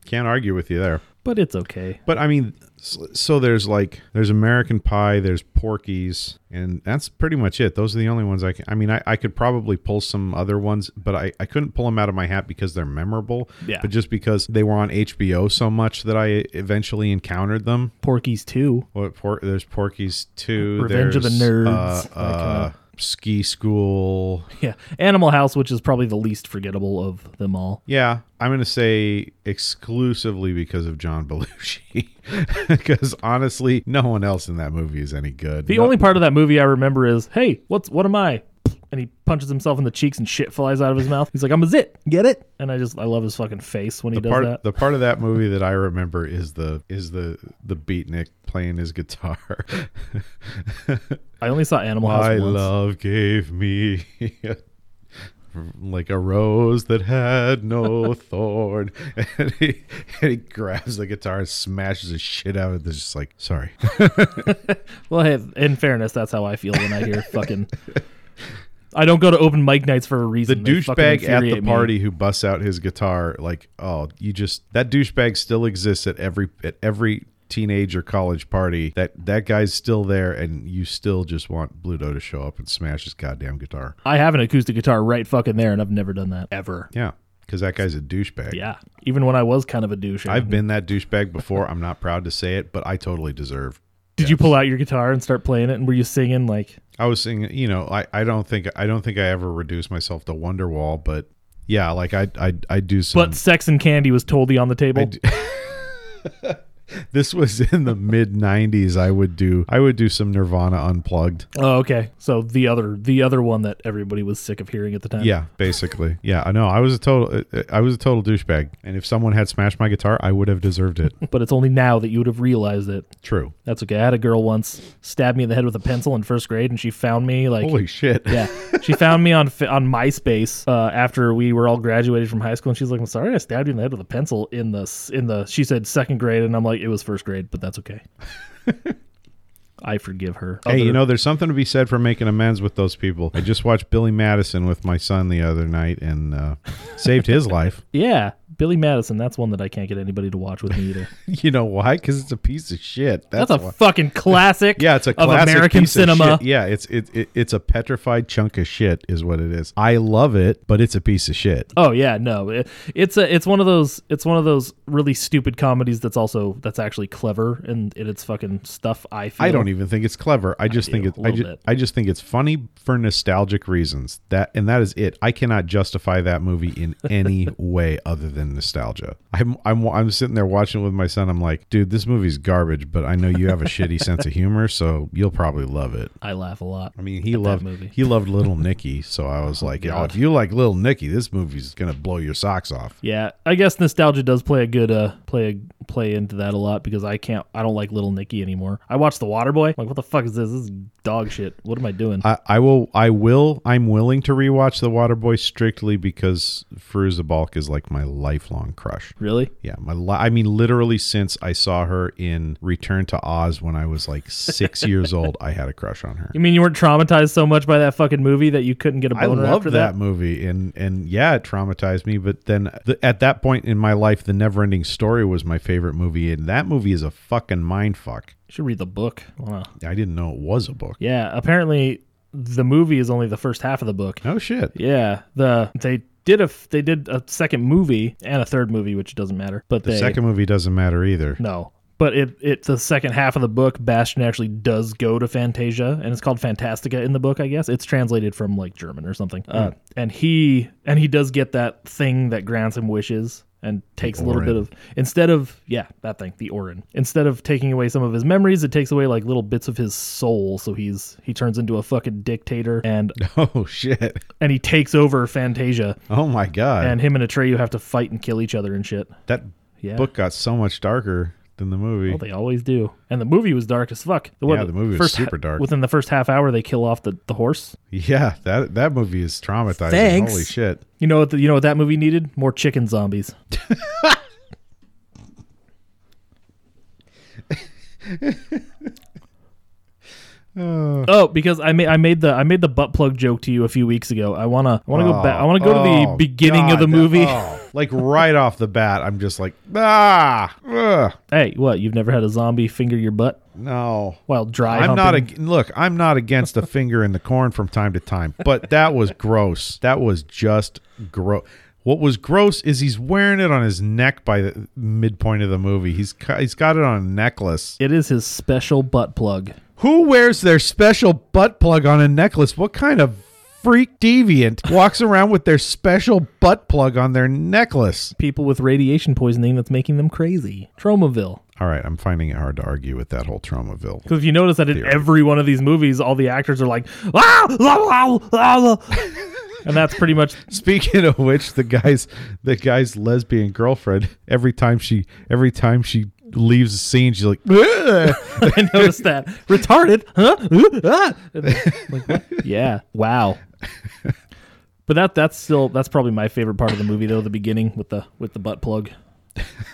[SPEAKER 2] Can't argue with you there.
[SPEAKER 3] But it's okay.
[SPEAKER 2] But I mean, so, so there's like there's American Pie, there's Porky's, and that's pretty much it. Those are the only ones I can. I mean, I, I could probably pull some other ones, but I, I couldn't pull them out of my hat because they're memorable.
[SPEAKER 3] Yeah.
[SPEAKER 2] But just because they were on HBO so much that I eventually encountered them.
[SPEAKER 3] Porky's 2.
[SPEAKER 2] What por- there's Porky's two.
[SPEAKER 3] Revenge of the
[SPEAKER 2] there's,
[SPEAKER 3] Nerds.
[SPEAKER 2] Uh, uh, ski School.
[SPEAKER 3] Yeah. Animal House, which is probably the least forgettable of them all.
[SPEAKER 2] Yeah, I'm going to say exclusively because of John Belushi. (laughs) Because honestly, no one else in that movie is any good.
[SPEAKER 3] The
[SPEAKER 2] No-
[SPEAKER 3] only part of that movie I remember is, hey, what's what am I? And he punches himself in the cheeks and shit flies out of his mouth. He's like, I'm a zit. Get it? And I just I love his fucking face when he does
[SPEAKER 2] part
[SPEAKER 3] that.
[SPEAKER 2] the part of that movie that I remember is the is the the beatnik playing his
[SPEAKER 3] (laughs)
[SPEAKER 2] guitar.
[SPEAKER 3] I only saw Animal House
[SPEAKER 2] My
[SPEAKER 3] once.
[SPEAKER 2] love gave me like a rose that had
[SPEAKER 3] (laughs)
[SPEAKER 2] no thorn, and he, and he grabs the guitar and smashes the shit out of it. They're just like, sorry.
[SPEAKER 3] Well, hey, in fairness, that's how I feel when
[SPEAKER 2] (laughs)
[SPEAKER 3] I hear fucking. I don't go to open mic nights for a
[SPEAKER 2] the
[SPEAKER 3] reason. They fucking
[SPEAKER 2] douchebag at the
[SPEAKER 3] infuriate me.
[SPEAKER 2] party who busts out his guitar like oh you just that douchebag still exists at every at every teenage or college party that that guy's still there and you still just want bluto to show up and smash his goddamn guitar
[SPEAKER 3] I have an acoustic guitar right fucking there, and I've never done that ever.
[SPEAKER 2] yeah because that guy's a douchebag
[SPEAKER 3] Yeah, even when I was kind of a douche.
[SPEAKER 2] i've been that douchebag before i'm not proud to say it but i totally deserve
[SPEAKER 3] Did you pull out your guitar and start playing it? And were you singing like?
[SPEAKER 2] I was singing, you know, I, I don't think I don't think I ever reduced myself to Wonderwall, but yeah, like I I I do some
[SPEAKER 3] But sex and candy was totally on the table.
[SPEAKER 2] d- this was in
[SPEAKER 3] (laughs)
[SPEAKER 2] the mid 90s i would do i would do some nirvana unplugged
[SPEAKER 3] oh, okay. So the other, the other one that everybody was sick of hearing at the time.
[SPEAKER 2] yeah basically yeah i know i was a total uh, uh, i was a total douchebag and if someone had smashed my guitar i would have deserved
[SPEAKER 3] (laughs)
[SPEAKER 2] it
[SPEAKER 3] But it's only now that you would have realized it.
[SPEAKER 2] true
[SPEAKER 3] That's okay. I had a girl once stab me in the head with a pencil in first grade, and she found me like
[SPEAKER 2] holy shit
[SPEAKER 3] (laughs) Yeah, she found me on fa- on MySpace uh, after we were all graduated from high school, and she's like, "I'm sorry, I stabbed you in the head with a pencil in the s- in the." She said second grade, and I'm like, "It was first grade, but
[SPEAKER 2] (laughs)
[SPEAKER 3] that's okay." I forgive her.
[SPEAKER 2] (laughs) Hey, you
[SPEAKER 3] Other-
[SPEAKER 2] know, there's something to be said for making amends with those people. I just watched Billy Madison with my son the other night and
[SPEAKER 3] (laughs)
[SPEAKER 2] uh, saved his life. (laughs)
[SPEAKER 3] yeah, Billy Madison. That's one that I can't get anybody to watch with me either.
[SPEAKER 2] You know why? Because it's a piece of shit. That's,
[SPEAKER 3] That's a
[SPEAKER 2] why.
[SPEAKER 3] fucking
[SPEAKER 2] (laughs)
[SPEAKER 3] classic.
[SPEAKER 2] Yeah, it's a
[SPEAKER 3] of
[SPEAKER 2] classic
[SPEAKER 3] American
[SPEAKER 2] piece of
[SPEAKER 3] cinema.
[SPEAKER 2] shit. Yeah, it's it, it it's a petrified chunk of shit, is what it is. I love it, but it's a piece of shit.
[SPEAKER 3] Oh yeah, no. It, it's a it's one of those it's one of those really stupid comedies that's also that's actually clever and in its fucking stuff. I feel
[SPEAKER 2] I don't even think it's clever. I just think
[SPEAKER 3] do,
[SPEAKER 2] it's
[SPEAKER 3] a
[SPEAKER 2] I
[SPEAKER 3] little
[SPEAKER 2] just,
[SPEAKER 3] bit.
[SPEAKER 2] I just think it's funny for nostalgic reasons. That and that is it. I cannot justify that movie
[SPEAKER 3] (laughs)
[SPEAKER 2] in any way other than nostalgia. I'm I'm I'm sitting there watching it with my son. I'm like, dude, this movie's garbage, but I know you have a
[SPEAKER 3] (laughs)
[SPEAKER 2] shitty sense of humor, so you'll probably love it.
[SPEAKER 3] I laugh a lot.
[SPEAKER 2] I mean, he loved
[SPEAKER 3] movie.
[SPEAKER 2] he loved Little Nicky, so I
[SPEAKER 3] (laughs)
[SPEAKER 2] was like, oh, if you like Little Nicky, this movie's gonna blow your socks off.
[SPEAKER 3] Yeah, I guess nostalgia does play a good uh play a, play into that a lot because I can't I don't like Little Nicky anymore. I watch The Waterboy. Like what the fuck is this? This is dog shit. What am I doing?
[SPEAKER 2] I, I will. I will. I'm willing to rewatch The Waterboy strictly because Firuza Balk is like my lifelong crush.
[SPEAKER 3] Really?
[SPEAKER 2] Yeah, my li- I mean literally since I saw her in Return to Oz when I was like
[SPEAKER 3] (laughs)
[SPEAKER 2] 6 years old, I had a crush on her.
[SPEAKER 3] You mean you weren't traumatized so much by that fucking movie that you couldn't get a
[SPEAKER 2] I
[SPEAKER 3] boner
[SPEAKER 2] loved
[SPEAKER 3] after
[SPEAKER 2] that,
[SPEAKER 3] that?
[SPEAKER 2] movie, and and yeah, it traumatized me. But then th- at that point in my life, The Neverending Story was my favorite movie, and that movie is a fucking mind fuck.
[SPEAKER 3] You should read the book. Wow.
[SPEAKER 2] I didn't know it was a book.
[SPEAKER 3] Yeah, apparently the movie is only the first half of the book.
[SPEAKER 2] Oh shit!
[SPEAKER 3] Yeah, the they did a they did a second movie and a third movie, which doesn't matter. But
[SPEAKER 2] The
[SPEAKER 3] they
[SPEAKER 2] second movie doesn't matter either. (laughs)
[SPEAKER 3] no, but it it the second half of the book, Bastion actually does go to Fantasia, and it's called Fantastica in the book. I guess it's translated from like German or something. Uh, and he and he does get that thing that grants him wishes. And takes a little bit
[SPEAKER 2] Orin.
[SPEAKER 3] of instead of yeah that thing the Orin instead of taking away some of his memories it takes away like little bits of his soul so he's he turns into a fucking dictator and
[SPEAKER 2] Oh shit!
[SPEAKER 3] and he takes over Fantasia
[SPEAKER 2] Oh my god!
[SPEAKER 3] and him and Atreyu have to fight and kill each other and shit.
[SPEAKER 2] that
[SPEAKER 3] Yeah.
[SPEAKER 2] book got so much darker than the movie.
[SPEAKER 3] Well, they always do. And the movie was dark as fuck. The,
[SPEAKER 2] Yeah, the movie was
[SPEAKER 3] first
[SPEAKER 2] super dark.
[SPEAKER 3] Within the first half hour, they kill off the, the horse.
[SPEAKER 2] yeah, that that movie is traumatizing.
[SPEAKER 3] Thanks.
[SPEAKER 2] Holy shit!
[SPEAKER 3] You know what? The, you know what that movie needed? More
[SPEAKER 2] (laughs)
[SPEAKER 3] chicken zombies.
[SPEAKER 2] Uh.
[SPEAKER 3] oh, because I made I made the I made the butt plug joke to you a few weeks ago. I wanna I wanna go back. I wanna go to the
[SPEAKER 2] Oh,
[SPEAKER 3] beginning of
[SPEAKER 2] God,
[SPEAKER 3] the
[SPEAKER 2] that-
[SPEAKER 3] movie.
[SPEAKER 2] oh. like right off the bat, I'm just like ah, ugh,
[SPEAKER 3] (laughs) Hey, what? You've never had a zombie finger your butt
[SPEAKER 2] no.
[SPEAKER 3] while dry?
[SPEAKER 2] I'm not
[SPEAKER 3] humping?
[SPEAKER 2] ag- look. I'm not against a finger in the corn from time to time, but that was gross. That was just gross. What was gross is he's wearing it on his neck by the midpoint of the movie. He's cu- he's got it on a necklace.
[SPEAKER 3] It is his special butt plug.
[SPEAKER 2] Who wears their special butt plug on a necklace? What kind of freak deviant walks around with their special butt plug on their necklace?
[SPEAKER 3] People with radiation poisoning that's making them crazy. Tromaville.
[SPEAKER 2] All right, I'm finding it hard to argue with that whole Tromaville.
[SPEAKER 3] Because if you notice that in every one of these movies, all the actors are like, ah, la, la, la, la." and that's pretty much (laughs)
[SPEAKER 2] Speaking of which, the guy's the guy's lesbian girlfriend. Every time she every time she leaves the scene, she's like, "Ugh."
[SPEAKER 3] I noticed that retarded, huh? (laughs) Ooh, ah. And like, what? yeah, wow. But that that's still that's probably my favorite part of the movie though, the beginning with the with the butt plug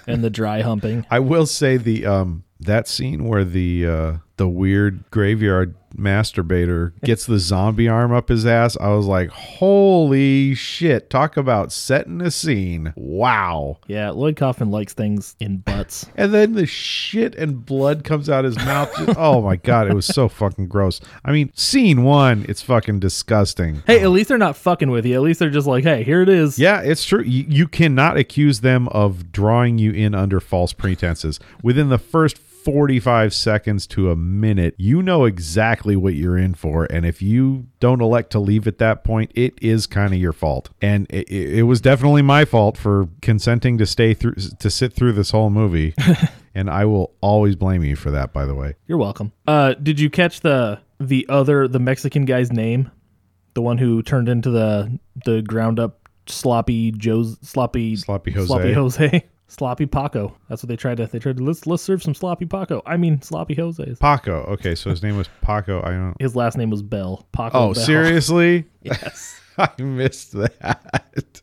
[SPEAKER 3] and the dry humping.
[SPEAKER 2] I will say the um that scene where the uh the weird graveyard masturbator gets the zombie arm up his ass. I was like, holy shit! Talk about setting a scene. Wow.
[SPEAKER 3] Yeah, Lloyd Kaufman likes things in butts.
[SPEAKER 2] And then the shit and blood comes out his mouth. Just- oh my god, it was so fucking gross. I mean, scene one, it's fucking disgusting.
[SPEAKER 3] Hey, at least they're not fucking with you. At least they're just like, hey, here it is.
[SPEAKER 2] Yeah, it's true. You, you cannot accuse them of drawing you in under false pretenses. Within the first 45 seconds to a minute, you know exactly what you're in for. And if you don't elect to leave at that point, it is kind of your fault. And it, it it was definitely my fault for consenting to stay through, to sit through this whole movie. and I will always blame you for that, by the way.
[SPEAKER 3] You're welcome. Uh, did you catch the the other the Mexican guy's name, the one who turned into the the ground up sloppy Joe's sloppy
[SPEAKER 2] Sloppy Jose.
[SPEAKER 3] sloppy Jose (laughs) sloppy Paco? That's what they tried to they tried to let's let's serve some sloppy Paco. I mean sloppy Jose's.
[SPEAKER 2] Paco. Okay, so his name was Paco. I don't.
[SPEAKER 3] His last name was Bell. Paco.
[SPEAKER 2] Oh,
[SPEAKER 3] Bell.
[SPEAKER 2] seriously?
[SPEAKER 3] (laughs)
[SPEAKER 2] (laughs)
[SPEAKER 3] Yes.
[SPEAKER 2] I missed that.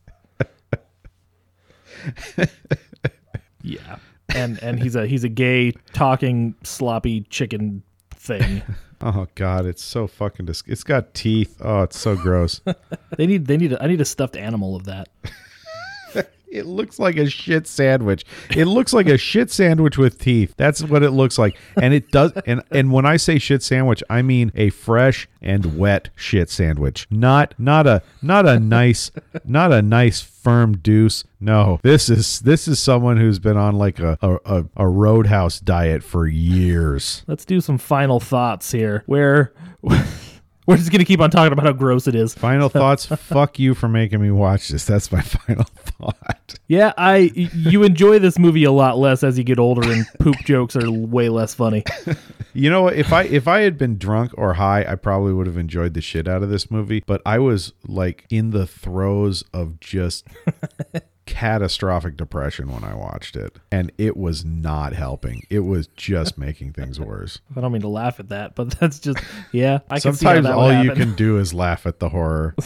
[SPEAKER 3] Yeah. And and he's a he's a gay talking sloppy chicken
[SPEAKER 2] (laughs)
[SPEAKER 3] thing.
[SPEAKER 2] Oh God, it's so fucking dis- It's got teeth. Oh, it's so gross.
[SPEAKER 3] they need they need a, I need a stuffed animal of that.
[SPEAKER 2] it looks like a shit sandwich. It looks like a shit sandwich with teeth. That's what it looks like. And it does. And and when I say shit sandwich, I mean a fresh and wet shit sandwich. Not not a not a nice not a nice firm deuce. No, this is this is someone who's been on like a a, a, a roadhouse diet for years.
[SPEAKER 3] let's do some final thoughts here where (laughs) we're just going to keep on talking about how gross it is
[SPEAKER 2] Final thoughts. Fuck you for making me watch this. That's my (laughs) final thought.
[SPEAKER 3] yeah i y- you enjoy this movie a lot less as you get older and
[SPEAKER 2] (laughs)
[SPEAKER 3] poop jokes are way less funny
[SPEAKER 2] You know, what? if I if I had been drunk or high, I probably would have enjoyed the shit out of this movie. But I was like in the throes of just
[SPEAKER 3] (laughs)
[SPEAKER 2] catastrophic depression when I watched it, and it was not helping. It was just
[SPEAKER 3] (laughs)
[SPEAKER 2] making things worse.
[SPEAKER 3] i don't mean to (laughs) laugh at that but that's just yeah i can see how
[SPEAKER 2] Sometimes
[SPEAKER 3] that would
[SPEAKER 2] all you
[SPEAKER 3] happen. (laughs)
[SPEAKER 2] can do is laugh at the horror.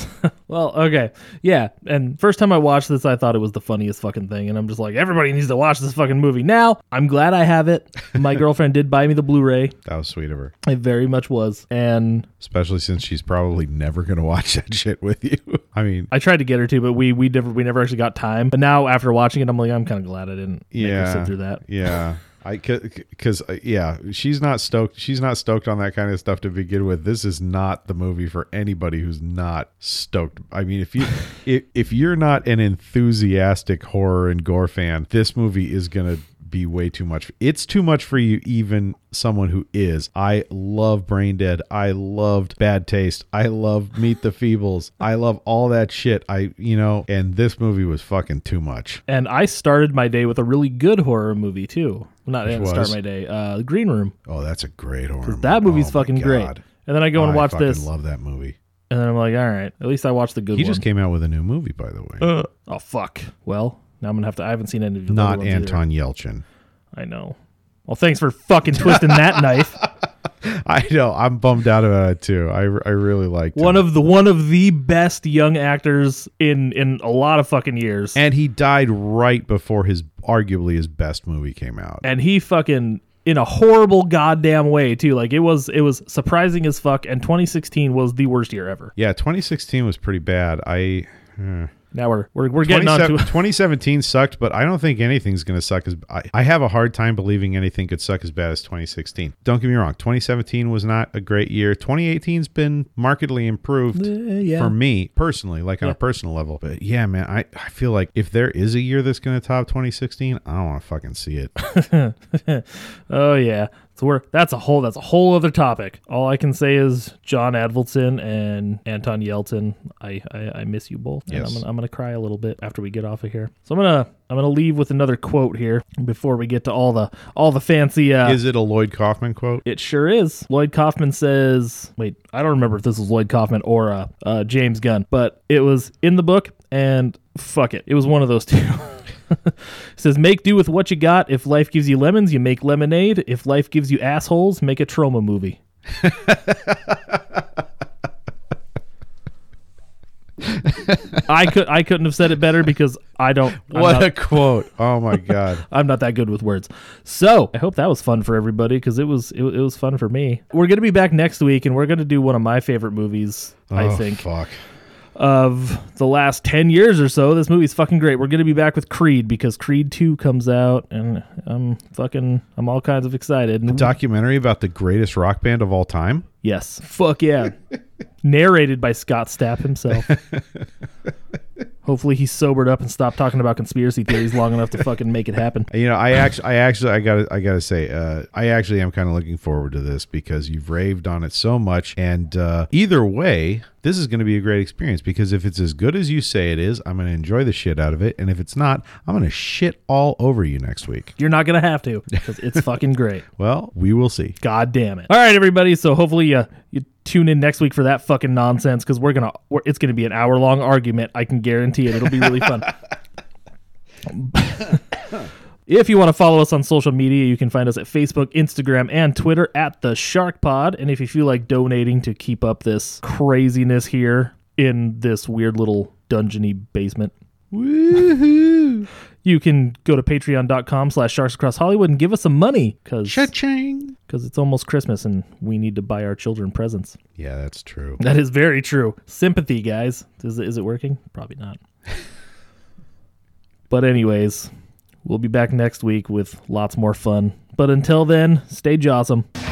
[SPEAKER 3] Well, okay. Yeah. And first time I watched this, I thought it was the funniest fucking thing. And I'm just like, everybody needs to watch this fucking movie now. I'm glad I have it.
[SPEAKER 2] (laughs)
[SPEAKER 3] My girlfriend did buy me the Blu ray.
[SPEAKER 2] That was sweet of her,
[SPEAKER 3] It very much was. And
[SPEAKER 2] especially since she's probably never going to watch that shit with you. (laughs) I mean,
[SPEAKER 3] I tried to get her to, but we we never we never actually got time. But now after watching it, I'm like, I'm kind of glad I didn't make her
[SPEAKER 2] yeah,
[SPEAKER 3] sit through that. (laughs)
[SPEAKER 2] yeah. I because yeah, she's not stoked. She's not stoked on that kind of stuff to begin with. This is not the movie for anybody who's not stoked. I mean,
[SPEAKER 3] (laughs)
[SPEAKER 2] if you if, if you're not an enthusiastic horror and gore fan, this movie is gonna be way too much. It's too much for you, even someone who is. I love Brain Dead. I loved Bad Taste. I love
[SPEAKER 3] (laughs)
[SPEAKER 2] Meet the Feebles. I love all that shit. I you know, and this movie was fucking too much.
[SPEAKER 3] And I started my day with a really good horror movie too. Not I didn't start
[SPEAKER 2] was?
[SPEAKER 3] my day. Uh, The Green Room.
[SPEAKER 2] Oh, that's a great horror.
[SPEAKER 3] That
[SPEAKER 2] movie.
[SPEAKER 3] movie's
[SPEAKER 2] Oh, my
[SPEAKER 3] fucking great.
[SPEAKER 2] God.
[SPEAKER 3] And then I go and
[SPEAKER 2] I
[SPEAKER 3] watch
[SPEAKER 2] fucking
[SPEAKER 3] this,
[SPEAKER 2] Love that movie.
[SPEAKER 3] and then I'm like, all right, at least I watched the good
[SPEAKER 2] He
[SPEAKER 3] one.
[SPEAKER 2] just came out with a new movie, by the way.
[SPEAKER 3] Uh, oh fuck. Well, now I'm gonna have to. I haven't seen any of the other
[SPEAKER 2] Not
[SPEAKER 3] ones either.
[SPEAKER 2] Anton Yelchin. (laughs)
[SPEAKER 3] I know. Well, thanks for fucking twisting that
[SPEAKER 2] (laughs)
[SPEAKER 3] knife.
[SPEAKER 2] I know. I'm bummed out about it too. I, I really liked
[SPEAKER 3] One
[SPEAKER 2] him.
[SPEAKER 3] of the one of the best young actors in in a lot of fucking years.
[SPEAKER 2] and he died right before his arguably his best movie came out.
[SPEAKER 3] and he fucking in a horrible goddamn way too. Like it was it was surprising as fuck. And 2016 was the worst year ever.
[SPEAKER 2] yeah, 2016 was pretty bad. I eh.
[SPEAKER 3] Now we're we're, we're getting on
[SPEAKER 2] 27
[SPEAKER 3] (laughs) to
[SPEAKER 2] 2017 sucked, but I don't think anything's going to suck as I, I have a hard time believing anything could suck as bad as 2016. Don't get me wrong, 2017 was not a great year. 2018's been markedly improved
[SPEAKER 3] Uh, yeah.
[SPEAKER 2] for me personally, like on a personal level. But yeah, man, I, I feel like if there is a year that's going to top 2016, I don't want to fucking see
[SPEAKER 3] (laughs)
[SPEAKER 2] it.
[SPEAKER 3] oh yeah. So we're that's a whole that's a whole other topic. All I can say is John Advolton and Anton Yelton. I I, I miss you both. And
[SPEAKER 2] Yes.
[SPEAKER 3] I'm gonna, I'm gonna cry a little bit after we get off of here. So I'm gonna I'm gonna leave with another quote here before we get to all the all the fancy uh,
[SPEAKER 2] is it a Lloyd Kaufman quote?
[SPEAKER 3] It sure is. Lloyd Kaufman says, wait, I don't remember if this was Lloyd Kaufman or uh, uh, James Gunn, but it was in the book, and fuck it. It was one of those (laughs) two. It says, make do with what you got. If life gives you lemons, you make lemonade. If life gives you assholes, make a
[SPEAKER 2] (laughs)
[SPEAKER 3] trauma movie. I could I couldn't have said it better because I don't I'm
[SPEAKER 2] what
[SPEAKER 3] not-
[SPEAKER 2] a quote. Oh my God.
[SPEAKER 3] I'm not that good with words. So I hope that was fun for everybody because it was it, it was fun for me. We're gonna be back next week and we're gonna do one of my favorite movies. (laughs) I
[SPEAKER 2] Oh,
[SPEAKER 3] think
[SPEAKER 2] Fuck.
[SPEAKER 3] of the last ten years or so. This movie's fucking great. We're gonna be back with Creed because Creed Two comes out and I'm fucking I'm all kinds of excited. And
[SPEAKER 2] Documentary about the greatest rock band of all time?
[SPEAKER 3] yes, fuck yeah. (laughs) Narrated by Scott Stapp himself. Hopefully he's sobered up and stopped talking about conspiracy theories long enough to fucking make it happen.
[SPEAKER 2] You know, I actually, I actually, I got, to I got to say, uh, I actually am kind of looking forward to this because you've raved on it so much, and uh, either way, this is going to be a great experience because if it's as good as you say it is, I'm going to enjoy the shit out of it, and if it's not, I'm going to shit all over you next week.
[SPEAKER 3] You're not gonna have to because it's fucking great.
[SPEAKER 2] Well, we will see.
[SPEAKER 3] God damn it! All right, everybody. So hopefully uh, you tune in next week for that fucking nonsense because we're gonna we're, it's gonna be an hour long argument. I can guarantee it. It'll be really (laughs) fun. If you want to follow us on social media, you can find us at Facebook, Instagram, and Twitter at the Shark Pod. And if you feel like donating to keep up this craziness here in this weird little dungeony basement,
[SPEAKER 2] Woohoo!
[SPEAKER 3] you can go to patreon.com slash sharks across Hollywood and give us some money because
[SPEAKER 2] Cha-ching!
[SPEAKER 3] because it's almost Christmas and we need to buy our children presents.
[SPEAKER 2] Yeah, that's true.
[SPEAKER 3] That is very true. Sympathy, guys. Is, it- is it working? Probably not. (laughs) but, anyways, we'll be back next week with lots more fun. But until then, stay jawsome.